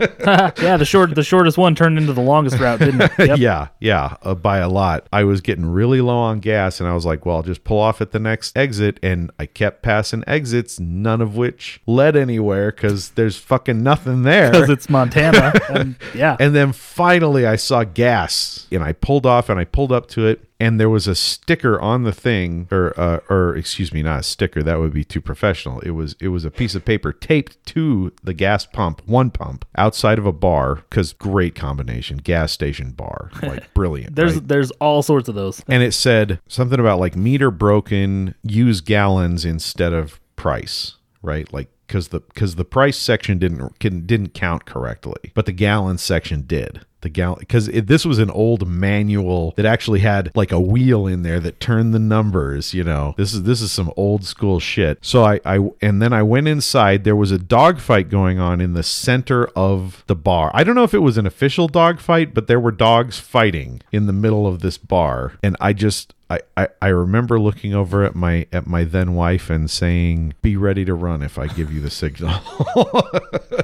yeah, the short the shortest one turned into the longest route, didn't [laughs] it? Yep. yeah, yeah, uh, by a lot. I was getting really low on gas, and I was like, "Well, I'll just pull off at the next exit." And I kept passing exits, none of which led anywhere because there's fucking nothing there. [laughs] Because it's [laughs] Montana. And yeah. And then finally, I saw gas, and I pulled off, and I pulled up to it, and there was a sticker on the thing, or uh, or excuse me, not a sticker. That would be too professional. It was it was a piece of paper taped to the gas pump, one pump outside of a bar, because great combination, gas station bar, like brilliant. [laughs] there's right? there's all sorts of those. and it said something about like meter broken use gallons instead of price right like because the because the price section didn't can, didn't count correctly but the gallon section did the gallon because this was an old manual that actually had like a wheel in there that turned the numbers you know this is this is some old school shit so i i and then i went inside there was a dogfight going on in the center of the bar i don't know if it was an official dogfight but there were dogs fighting in the middle of this bar and i just I, I, I remember looking over at my at my then wife and saying, "Be ready to run if I give you the signal." [laughs]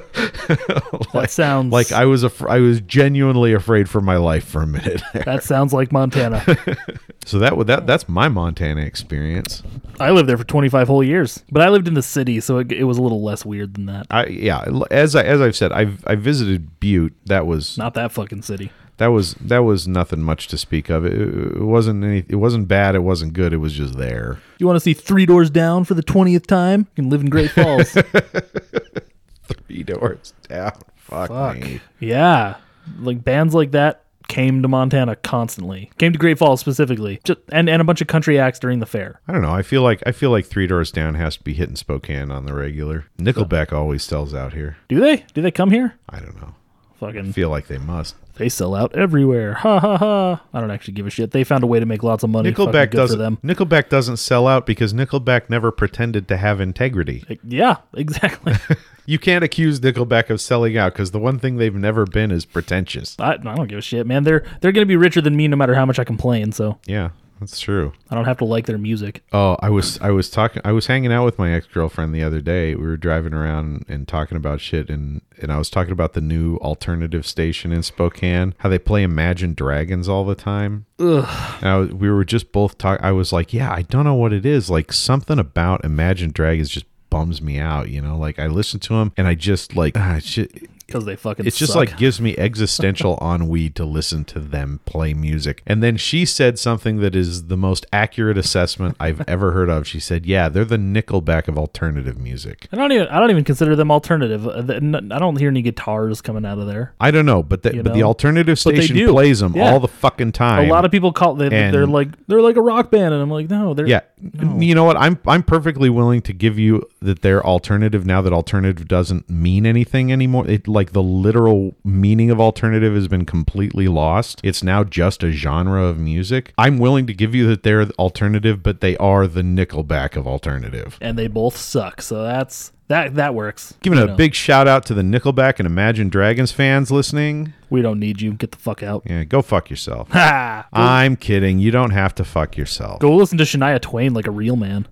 that sounds like I was af- I was genuinely afraid for my life for a minute. [laughs] that sounds like Montana. so that would that that's my Montana experience. I lived there for 25 whole years, but I lived in the city, so it, it was a little less weird than that. I yeah, as I as I've said, I've I visited Butte. That was Not that fucking city. that was that was nothing much to speak of. It, it wasn't any. It wasn't bad. It wasn't good. It was just there. You want to see Three Doors Down for the 20th time? You can live in Great Falls. Three doors down. Fuck, Fuck. me. Yeah. Like bands like that came to Montana constantly. Came to Great Falls specifically. Just, and, and a bunch of country acts during the fair. I don't know. I feel like I feel like Three Doors Down has to be hitting Spokane on the regular. Nickelback always sells out here. Do they? Do they come here? I don't know. Fucking I feel like they must. they sell out everywhere. Ha ha ha. I don't actually give a shit. They found a way to make lots of money. Fucking Nickelback good for doesn't. them. Nickelback doesn't sell out because Nickelback never pretended to have integrity. Like, yeah, [laughs] exactly. You can't accuse Nickelback of selling out because the one thing they've never been is pretentious. I, I don't give a shit, man. They're they're gonna be richer than me no matter how much I complain, so Yeah, that's true. I don't have to like their music. Oh, I was I was talking I was hanging out with my ex girlfriend the other day. We were driving around and talking about shit and and I was talking about the new alternative station in Spokane, how they play Imagine Dragons all the time. Ugh. And I was, we were just both talk. I was like, yeah, I don't know what it is. Like something about Imagine Dragons just bums me out. You know, like I listen to them and I just like ah, shit, Because they fucking it's just suck. like gives me [laughs] existential ennui to listen to them play music. And then she said something that is the most accurate assessment [laughs] I've ever heard of. She said, "Yeah, they're the Nickelback of alternative music." I don't even I don't even consider them alternative. Uh, the- n- I don't hear any guitars coming out of there. I don't know, but the, You but the know? alternative But they station do. plays them Yeah. all the fucking time. A lot of people call they, And- they're like they're like a rock band, and I'm like no, they're yeah. You know what? I'm I'm perfectly willing to give you that they're alternative now that alternative doesn't mean anything anymore. It like the literal meaning of alternative has been completely lost. It's now just a genre of music. I'm willing to give you that they're alternative, but they are the Nickelback of alternative. and they both suck. So that's that that works. Giving You a know, big shout out to the Nickelback and Imagine Dragons fans listening. We don't need you. Get the fuck out. Yeah, go fuck yourself. Ha! I'm kidding. You don't have to fuck yourself. Go listen to Shania Twain like a [laughs] real man.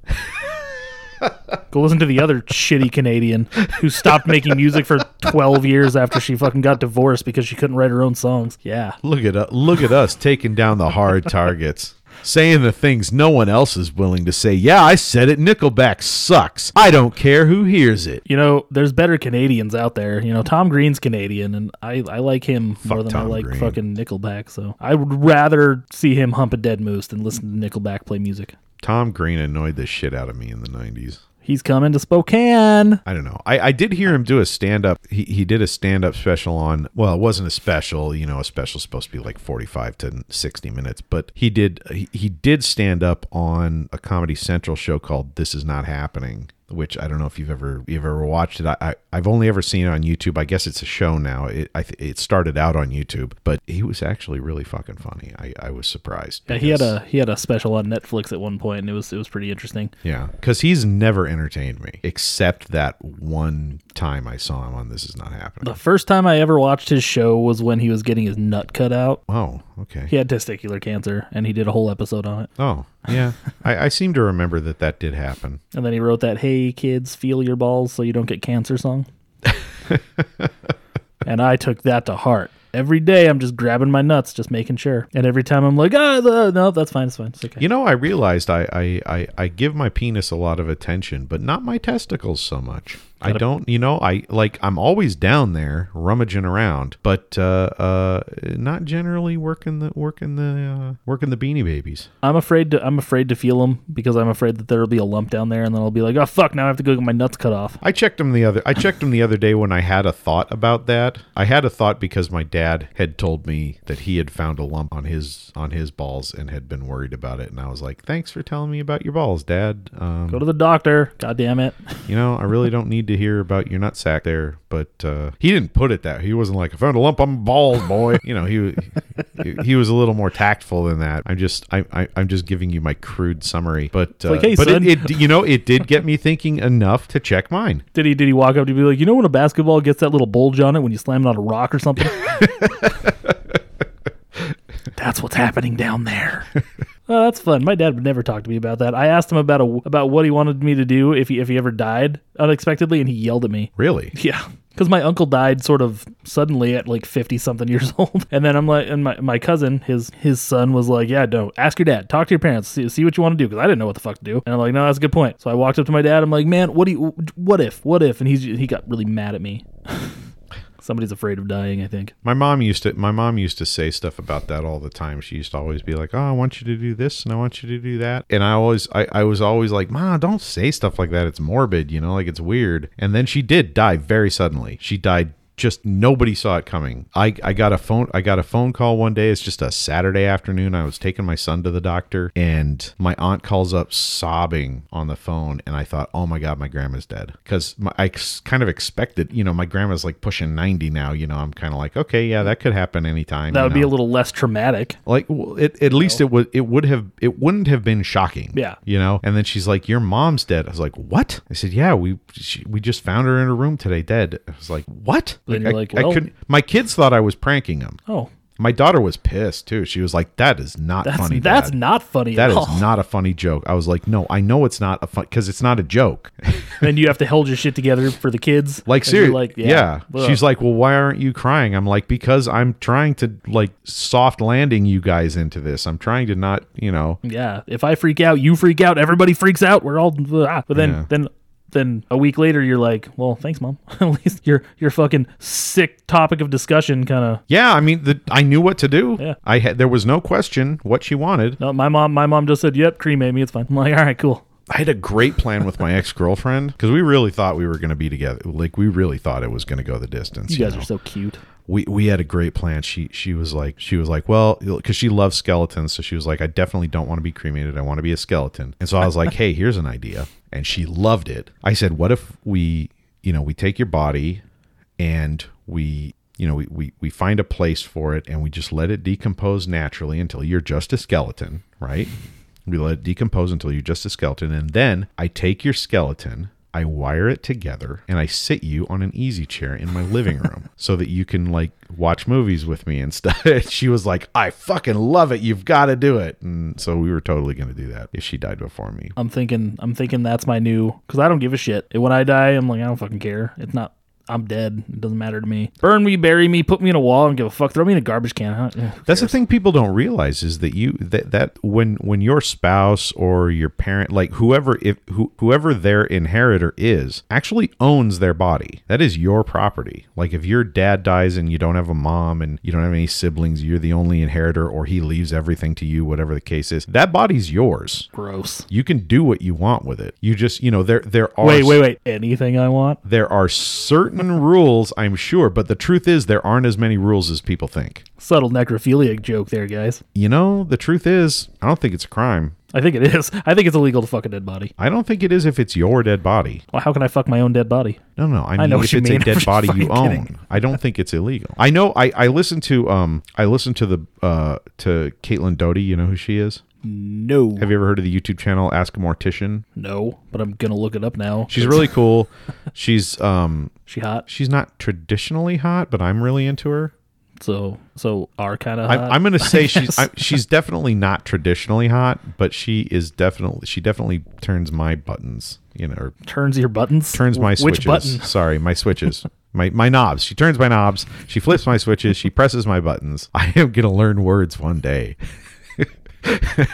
Go listen to the other shitty Canadian who stopped making music for 12 years after she fucking got divorced because she couldn't write her own songs. Yeah. Look at us, look at us taking down the hard targets. Saying the things no one else is willing to say. Yeah, I said it. Nickelback sucks. I don't care who hears it. You know, there's better Canadians out there. You know, Tom Green's Canadian, and I, I like him more than I Tom like Green. fucking Nickelback. So I would rather see him hump a dead moose than listen to Nickelback play music. Tom Green annoyed the shit out of me in the 90s. He's coming to Spokane. I don't know. I, I did hear him do a stand up. He, he did a stand up special on, well, it wasn't a special. You know, a special's supposed to be like 45 to 60 minutes, but he did he, he did stand up on a Comedy Central show called This Is Not Happening. Which I don't know if you've ever you've ever watched it. I, I I've only ever seen it on YouTube. I guess it's a show now. It I th- it started out on YouTube, but he was actually really fucking funny. I, I was surprised. Yeah, he had because- a he had a special on Netflix at one point, and it was it was pretty interesting. yeah, because he's never entertained me except that one time I saw him on This Is Not Happening. The first time I ever watched his show was when he was getting his nut cut out. Oh, okay. He had testicular cancer, and he did a whole episode on it. Oh, yeah. I, I seem to remember that that did happen. And then he wrote that "Hey kids, feel your balls so you don't get cancer" song. and I took that to heart. Every day I'm just grabbing my nuts, just making sure. And every time I'm like, ah, the- no, that's fine, it's fine, it's okay. You know, I realized I, I, I, I give my penis a lot of attention, but not my testicles so much. I don't, you know, I like, I'm always down there rummaging around, but, uh, uh, not generally working the, working the, uh, working the beanie babies. I'm afraid to I'm afraid to feel them because I'm afraid that there'll be a lump down there, and then I'll be like, oh fuck, now I have to go get my nuts cut off. I checked him the other I checked him the other day when I had a thought about that. I had a thought because my dad had told me that he had found a lump on his on his balls and had been worried about it and I was like, "Thanks for telling me about your balls, dad." Go Um, to the doctor. God damn it. you know, I really don't need to hear about your nutsack there, but uh, he didn't put it that. He wasn't like, "I found a lump on my balls, boy." you know, he he- he was a little more tactful than that. I'm just I, I I'm just giving you my crude summary, but uh, like, "Hey, but son." It, it you know, it did get me thinking enough to check mine. Did he did he walk up to be like, you know when a basketball gets that little bulge on it when you slam it on a rock or something? that's what's happening down there. [laughs] Oh, that's fun. My dad would never talk to me about that. I asked him about a, about what he wanted me to do if he if he ever died unexpectedly, and he yelled at me. Really? [laughs] Yeah. Because my uncle died sort of suddenly at like fifty something years [laughs] old, and then I'm like, and my, my cousin, his his son was like, yeah, no, ask your dad, talk to your parents, see, see what you want to do, because I didn't know what the fuck to do, and I'm like, no, that's a good point. So I walked up to my dad, I'm like, man, what do you, what if, what if, and he's he got really mad at me. [laughs] Somebody's afraid of dying, I think. My mom used to my mom used to say stuff about that all the time. She used to always be like, "Oh, I want you to do this and I want you to do that." And I always I, I was always like, "Ma, don't say stuff like that. It's morbid, you know, like it's weird." And then she did die very suddenly. She died just nobody saw it coming. I, I got a phone I got a phone call one day. It's just a Saturday afternoon. I was taking my son to the doctor and my aunt calls up sobbing on the phone and I thought, "Oh my god, my grandma's dead." Cuz I ex- kind of expected, you know, my grandma's like pushing 90 now, you know. I'm kind of like, "Okay, yeah, that could happen anytime." That you would be know? a little less traumatic. like well, it, at least it would it would have it wouldn't have been shocking Yeah. you know and then she's like your mom's dead i was like what i said yeah we she, we just found her in her room today dead i was like what Then I, you're like, I well- couldn't my kids thought i was pranking them Oh, my daughter was pissed too she was like that is not that's funny that's Dad. not funny that at is [laughs] all. not a funny joke i was like no i know it's not a fun because it's not a [laughs] joke then you have to hold your shit together for the kids. like And you're seriously yeah, Ugh. she's like well why aren't you crying i'm like because i'm trying to like soft landing you guys into this i'm trying to not you know yeah. If I freak out, you freak out. Everybody freaks out. We're all. ah. But then Yeah. then then a week later, you're like, well, thanks, mom. [laughs] at least your your fucking sick topic of discussion kind of Yeah, I mean, the, I knew what to do. Yeah. I had there was no question what she wanted. No, my mom, my mom just said, "Yep, cremate me. It's fine." I'm like, "All right, cool." I had a great plan with [laughs] my ex girlfriend because we really thought we were going to be together. Like we really thought it was going to go the distance. You guys know? are so cute. we we had a great plan. She she was like she was like well because she loves skeletons, so she was like I definitely don't want to be cremated. I want to be a skeleton. And so I was like, hey, here's an idea, and she loved it. I said, what if we you know we take your body and we you know we we, we find a place for it and we just let it decompose naturally until you're just a skeleton, right? We let it decompose until you're just a skeleton, and then I take your skeleton. I wire it together and I sit you on an easy chair in my living room so that you can like watch movies with me and stuff. [laughs] And she was like, I fucking love it. You've got to do it. And so we were totally going to do that if she died before me. I'm thinking, I'm thinking that's my new because I don't give a shit. And When I die, I'm like, I don't fucking care. It's not. I'm dead. It doesn't matter to me. Burn me, bury me, put me in a wall. I don't give a fuck. Throw me in a garbage can. I don't- That's the thing people don't realize is that you that, that when when your spouse or your parent like whoever if who, whoever their inheritor is actually owns their body. That is your property. Like if your dad dies and you don't have a mom and you don't have any siblings, you're the only inheritor or he leaves everything to you whatever the case is. That body's yours. Gross. You can do what you want with it. You just, you know, there there are Wait, wait, wait. Anything I want? there are certain rules, I'm sure, but the truth is there aren't as many rules as people think. Subtle necrophiliac joke there, guys. You know, the truth is, I don't think it's a crime. I think it is. I think it's illegal to fuck a dead body. I don't think it is if it's your dead body. Well, how can I fuck my own dead body? No, no. I mean, know what if you it's mean. [laughs] a I'm dead just body you fucking own, kidding. I don't think it's illegal. I know. I I listened to um I listened to the uh to Caitlin Doty. You know who she is? No, Have you ever heard of the YouTube channel Ask a Mortician? no. But I'm gonna look it up now. She's really [laughs] cool. She's um she hot. she's not traditionally hot, but I'm really into her. So so are kind of hot. I'm, I'm [laughs] gonna say she's Uh, guess. I, she's definitely not traditionally hot, but she is definitely she definitely turns my buttons. You know, or turns your buttons. turns my Wh- switches. Which button? [laughs] Sorry, my switches. my my knobs. She turns my knobs. She flips my switches. She presses my buttons. [laughs] I am gonna learn words one day.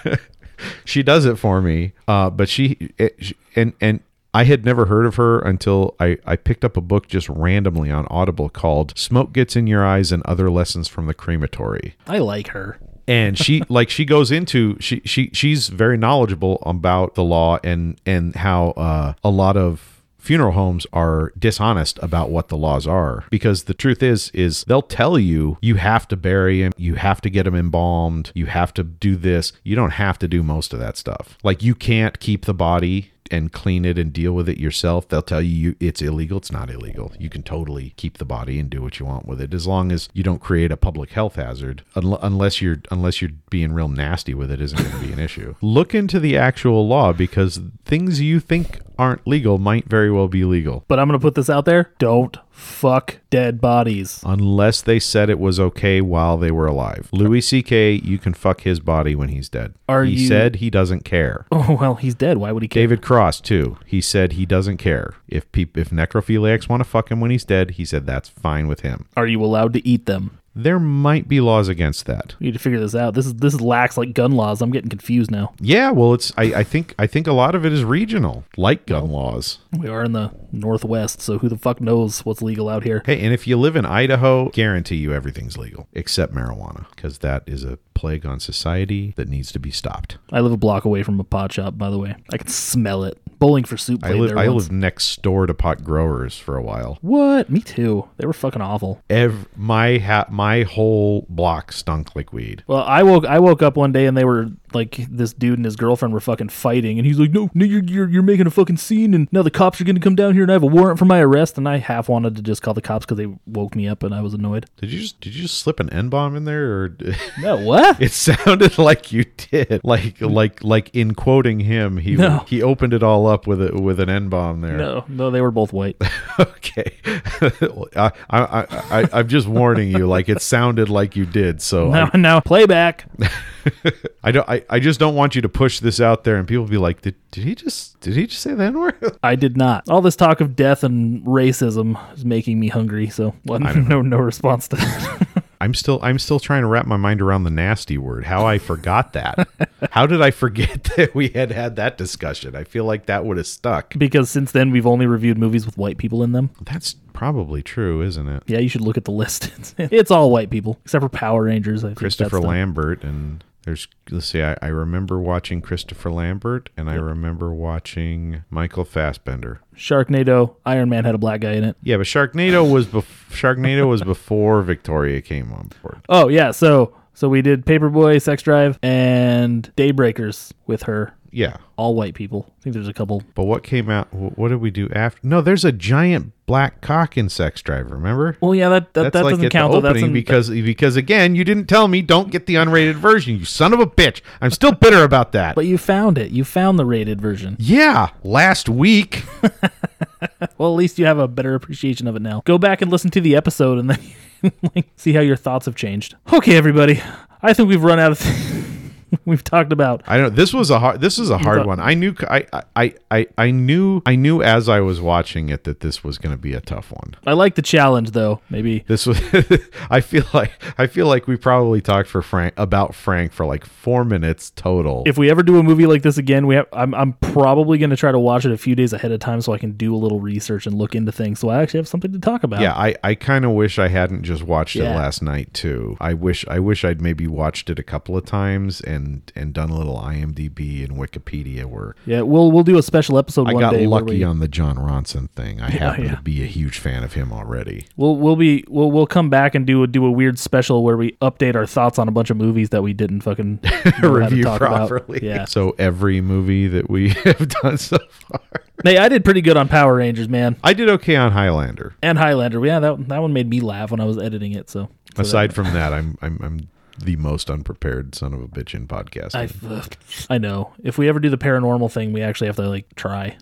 [laughs] she does it for me. Uh, but she it, she- and and. I had never heard of her until I, I picked up a book just randomly on Audible called Smoke Gets in Your Eyes and Other Lessons from the Crematory I like her. and she [laughs] like she goes into she she she's very knowledgeable about the law and and how uh, a lot of funeral homes are dishonest about what the laws are because the truth is is they'll tell you you have to bury him you have to get him embalmed you have to do this you don't have to do most of that stuff like you can't keep the body and clean it and deal with it yourself, they'll tell you, you it's illegal. It's not illegal. You can totally keep the body and do what you want with it as long as you don't create a public health hazard. Unle- Unless you're unless you're being real nasty with it, isn't going to be an [laughs] issue. Look into the actual law because things you think aren't legal might very well be legal But I'm gonna put this out there. Don't fuck dead bodies. [laughs] unless they said it was okay while they were alive. Louis C.K. You can fuck his body when he's dead. Are he you- said he doesn't care. Oh well, he's dead. Why would he care? David Cross too. He said he doesn't care if peop if necrophiliacs want to fuck him when he's dead. He said that's fine with him. Are you allowed to eat them? There might be laws against that. We need to figure this out. This is this lacks like gun laws. I'm getting confused now. Yeah, well, it's I, I think I think a lot of it is regional, like gun laws. We are in the northwest, so who the fuck knows what's legal out here? Hey, and if you live in Idaho, guarantee you everything's legal except marijuana, because that is a plague on society that needs to be stopped. I live a block away from a pot shop, by the way. I can smell it. Bowling for soup. I played live there I once. lived next door to pot growers for a while. What? Me too. They were fucking awful. Ev- my ha- my whole block stunk like weed. Well, I woke I woke up one day and they were like this dude and his girlfriend were fucking fighting, and he's like, "No, no, you're you're, you're making a fucking scene, and now the cops are gonna come down here, and I have a warrant for my arrest." And I half wanted to just call the cops because they woke me up, and I was annoyed. Did you just did you just slip an N bomb in there or [laughs] No, what? It sounded [laughs] like you did. Like like like in quoting him, he Mm. No. he opened it all up with a with an N bomb there. no, no, they were both white. [laughs] [laughs] Okay. [laughs] I, I I I I'm just warning you, like it sounded like you did. So Now, now playback. I, I don't I, I just don't want you to push this out there and people be like, Did did he just did he just say the N word? I did not. All this talk of death and racism is making me hungry, so [laughs] well, no no response to that. [laughs] [laughs] I'm still I'm still trying to wrap my mind around the nasty word. How I forgot [laughs] that. How did I forget [laughs] that we had had that discussion? I feel like that would have stuck. because since then we've only reviewed movies with white people in them. That's probably true, isn't it? Yeah, you should look at the list. [laughs] It's, it's all white people except for Power Rangers. I think Christopher that's the- Lambert and there's let's see, I, I remember watching Christopher Lambert and I remember watching Michael Fassbender. Sharknado. Iron Man had a black guy in it. Yeah, but [laughs] Sharknado was bef- Sharknado was before Victoria came on board. Oh yeah, so so we did Paperboy, Sex Drive, and Daybreakers with her. Yeah, All white people. I think there's a couple. but what came out? wh- What did we do after? No, there's a giant black cock in Sex Drive. Remember? Well, yeah, that that, that doesn't count. though. That's in, because because again, you didn't tell me. Don't get the unrated version, you son of a bitch. I'm still bitter about that. but you found it. You found the rated version. yeah, last week. Well, at least you have a better appreciation of it now. Go back and listen to the episode and then [laughs] like, see how your thoughts have changed. Okay, everybody. I think we've run out of [laughs] things we've talked about. I don't. This was a hard. This was a hard thought- one. I knew. I, I. I. I knew. I knew as I was watching it that this was going to be a tough one. I like the challenge though. Maybe This was. [laughs] I feel like. I feel like we probably talked for Frank about Frank for like four minutes total. if we ever do a movie like this again, we have I'm I'm probably going to try to watch it a few days ahead of time so I can do a little research and look into things. So I actually have something to talk about. yeah, I, I kind of wish I hadn't just watched it Yeah. last night too. I wish I wish I'd maybe watched it a couple of times and and done a little IMDb and Wikipedia work. Yeah, we'll we'll do a special episode I one got day. where lucky we, on the John Ronson thing. I happen yeah. to be a huge fan of him already. We'll we'll be we'll we'll come back and do a do a weird special where we update our thoughts on a bunch of movies that we [laughs] didn't fucking know how to review talk properly. About. Yeah. So every movie that we [laughs] have done so far, Hey, I did pretty good on Power Rangers, man, I did okay on Highlander. and Highlander. Yeah, that that one made me laugh when I was editing it. So, so Aside from that, I'm I'm I'm the most unprepared son of a bitch in podcasting. that- I ugh, I know if we ever do the paranormal thing, we actually have to like try.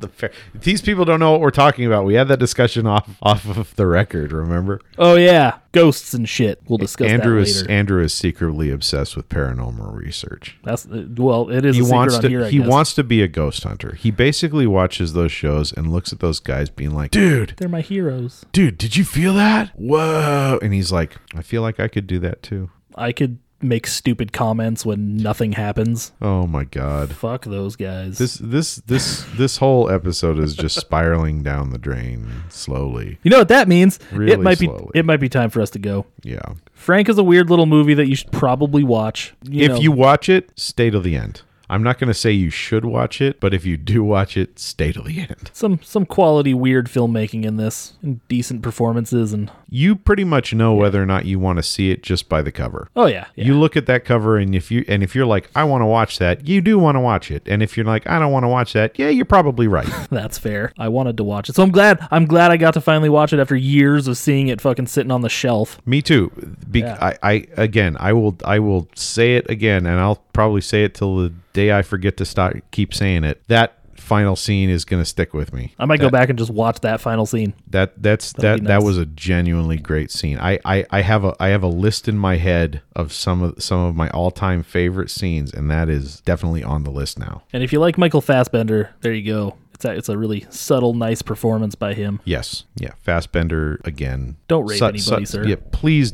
The fair- These people don't know what we're talking about. We had that discussion off off of the record. Remember, oh yeah, ghosts and shit. We'll discuss Andrew that is later. Andrew is secretly obsessed with paranormal research. That's uh, well, it is. He a secret wants on to Here, I he guess. wants to be a ghost hunter. He basically watches those shows and looks at those guys being like, "Dude, They're my heroes. dude, did you feel that? Whoa!" And he's like, "I feel like I could do that too." I could make stupid comments when nothing happens. Oh my god. Fuck those guys. This this this this whole episode is [laughs] just spiraling down the drain slowly. you know what that means? Really it might slowly. be it might be time for us to go. Yeah. Frank is a weird little movie that you should probably watch. You if know, you watch it, stay till the end. I'm not going to say you should watch it, but if you do watch it, stay till the end. some some quality weird filmmaking in this and decent performances and You pretty much know whether or not you want to see it just by the cover. oh yeah, yeah. You look at that cover and if you and if you're like I want to watch that, you do want to watch it. And if you're like I don't want to watch that, yeah, you're probably right. that's fair. I wanted to watch it, so I'm glad. I'm glad I got to finally watch it after years of seeing it fucking sitting on the shelf. Me too. Be- I, I again, I will, I will say it again, and I'll probably say it till the day I forget to stop. Keep saying it. That final scene is going to stick with me. I might go back and just watch that final scene. That that's that be that nice. was a genuinely great scene. I, I I have a I have a list in my head of some of some of my all time favorite scenes, and that is definitely on the list now. And if you like Michael Fassbender, there you go. It's a, it's a really subtle, nice performance by him. Yes. Yeah. Fastbender again. Don't rape anybody, sir. Yeah. Please.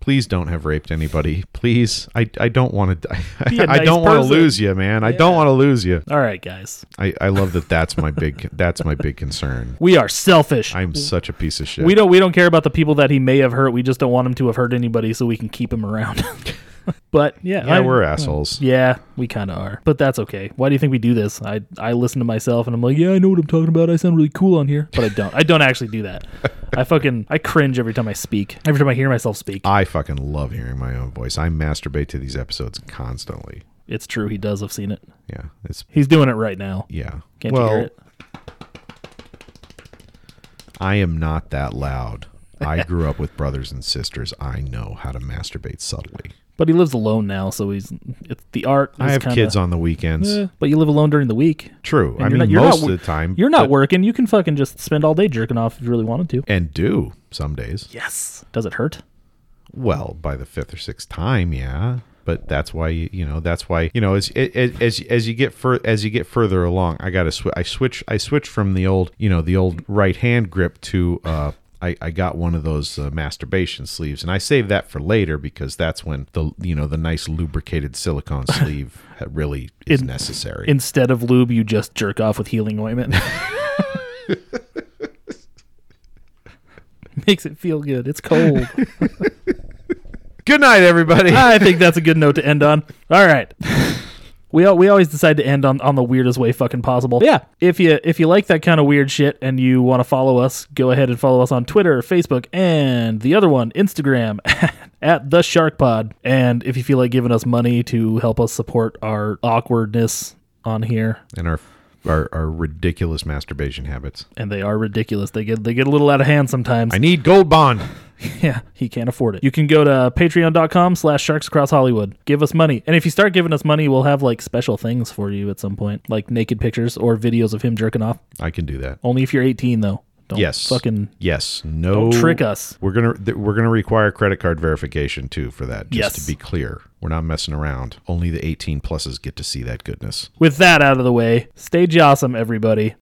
Please don't have raped anybody. Please. I, I don't [laughs] want to. Be a I nice don't want to person. lose you, man. I don't want to lose you. All right, guys, I, I love that. That's my big. [laughs] that's my big concern. we are selfish. I'm such a piece of shit. we don't we don't care about the people that he may have hurt. We just don't want him to have hurt anybody, so we can keep him around. [laughs] but yeah, Yeah, I- we're assholes. Yeah, we kind of are, but that's okay. Why do you think we do this? I I listen to myself and I'm like, yeah, I know what I'm talking about. I sound really cool on here, but I don't. I don't actually do that. I fucking I cringe every time I speak. Every time I hear myself speak, I fucking love hearing my own voice. I masturbate to these episodes constantly. it's true. He does. I've seen it. Yeah. It's He's doing it right now. yeah. Can't well, you hear it? I am not that loud. I grew up with brothers and sisters. I know how to masturbate subtly. But he lives alone now, so he's it's the art. Is I have kinda, kids on the weekends. Eh, but you live alone during the week. True. I you're mean, not- you're most not- of the time. You're not but- working. You can fucking just spend all day jerking off if you really wanted to. And do some days. Yes. Does it hurt? Well, by the fifth or sixth time, yeah. But that's why you you know that's why you know as as as, as you get fur as you get further along, I got to sw- I switch I switch from the old you know the old right hand grip to uh I, I got one of those uh, masturbation sleeves, and I save that for later because that's when the you know the nice lubricated [laughs] silicone sleeve ha- really is In- necessary. Instead of lube, you just jerk off with [laughs] healing ointment. [laughs] Makes it feel good. [laughs] It's cold. Good night, everybody. [laughs] I think that's a good note to end on. All right. We, al- we always decide to end on, on the weirdest way fucking possible. Yeah. If you if you like that kind of weird shit and you want to follow us, go ahead and follow us on Twitter, Facebook, and the other one, Instagram [laughs] at the Shark Pod. And if you feel like giving us money to help us support our awkwardness on here, and our our, our ridiculous masturbation habits. and they are ridiculous. They get they get a little out of hand sometimes. I need gold bond. yeah, he can't afford it. You can go to patreon.com slash sharks across Hollywood. Give us money. And if you start giving us money, we'll have like special things for you at some point, like naked pictures or videos of him jerking off. I can do that. Only if you're 18 though. Don't Yes. fucking yes. No. don't trick us. We're gonna th- we're gonna require credit card verification too for that. Just Yes. to be clear, we're not messing around. Only the 18 pluses get to see that goodness. With that out of the way, stay awesome, everybody.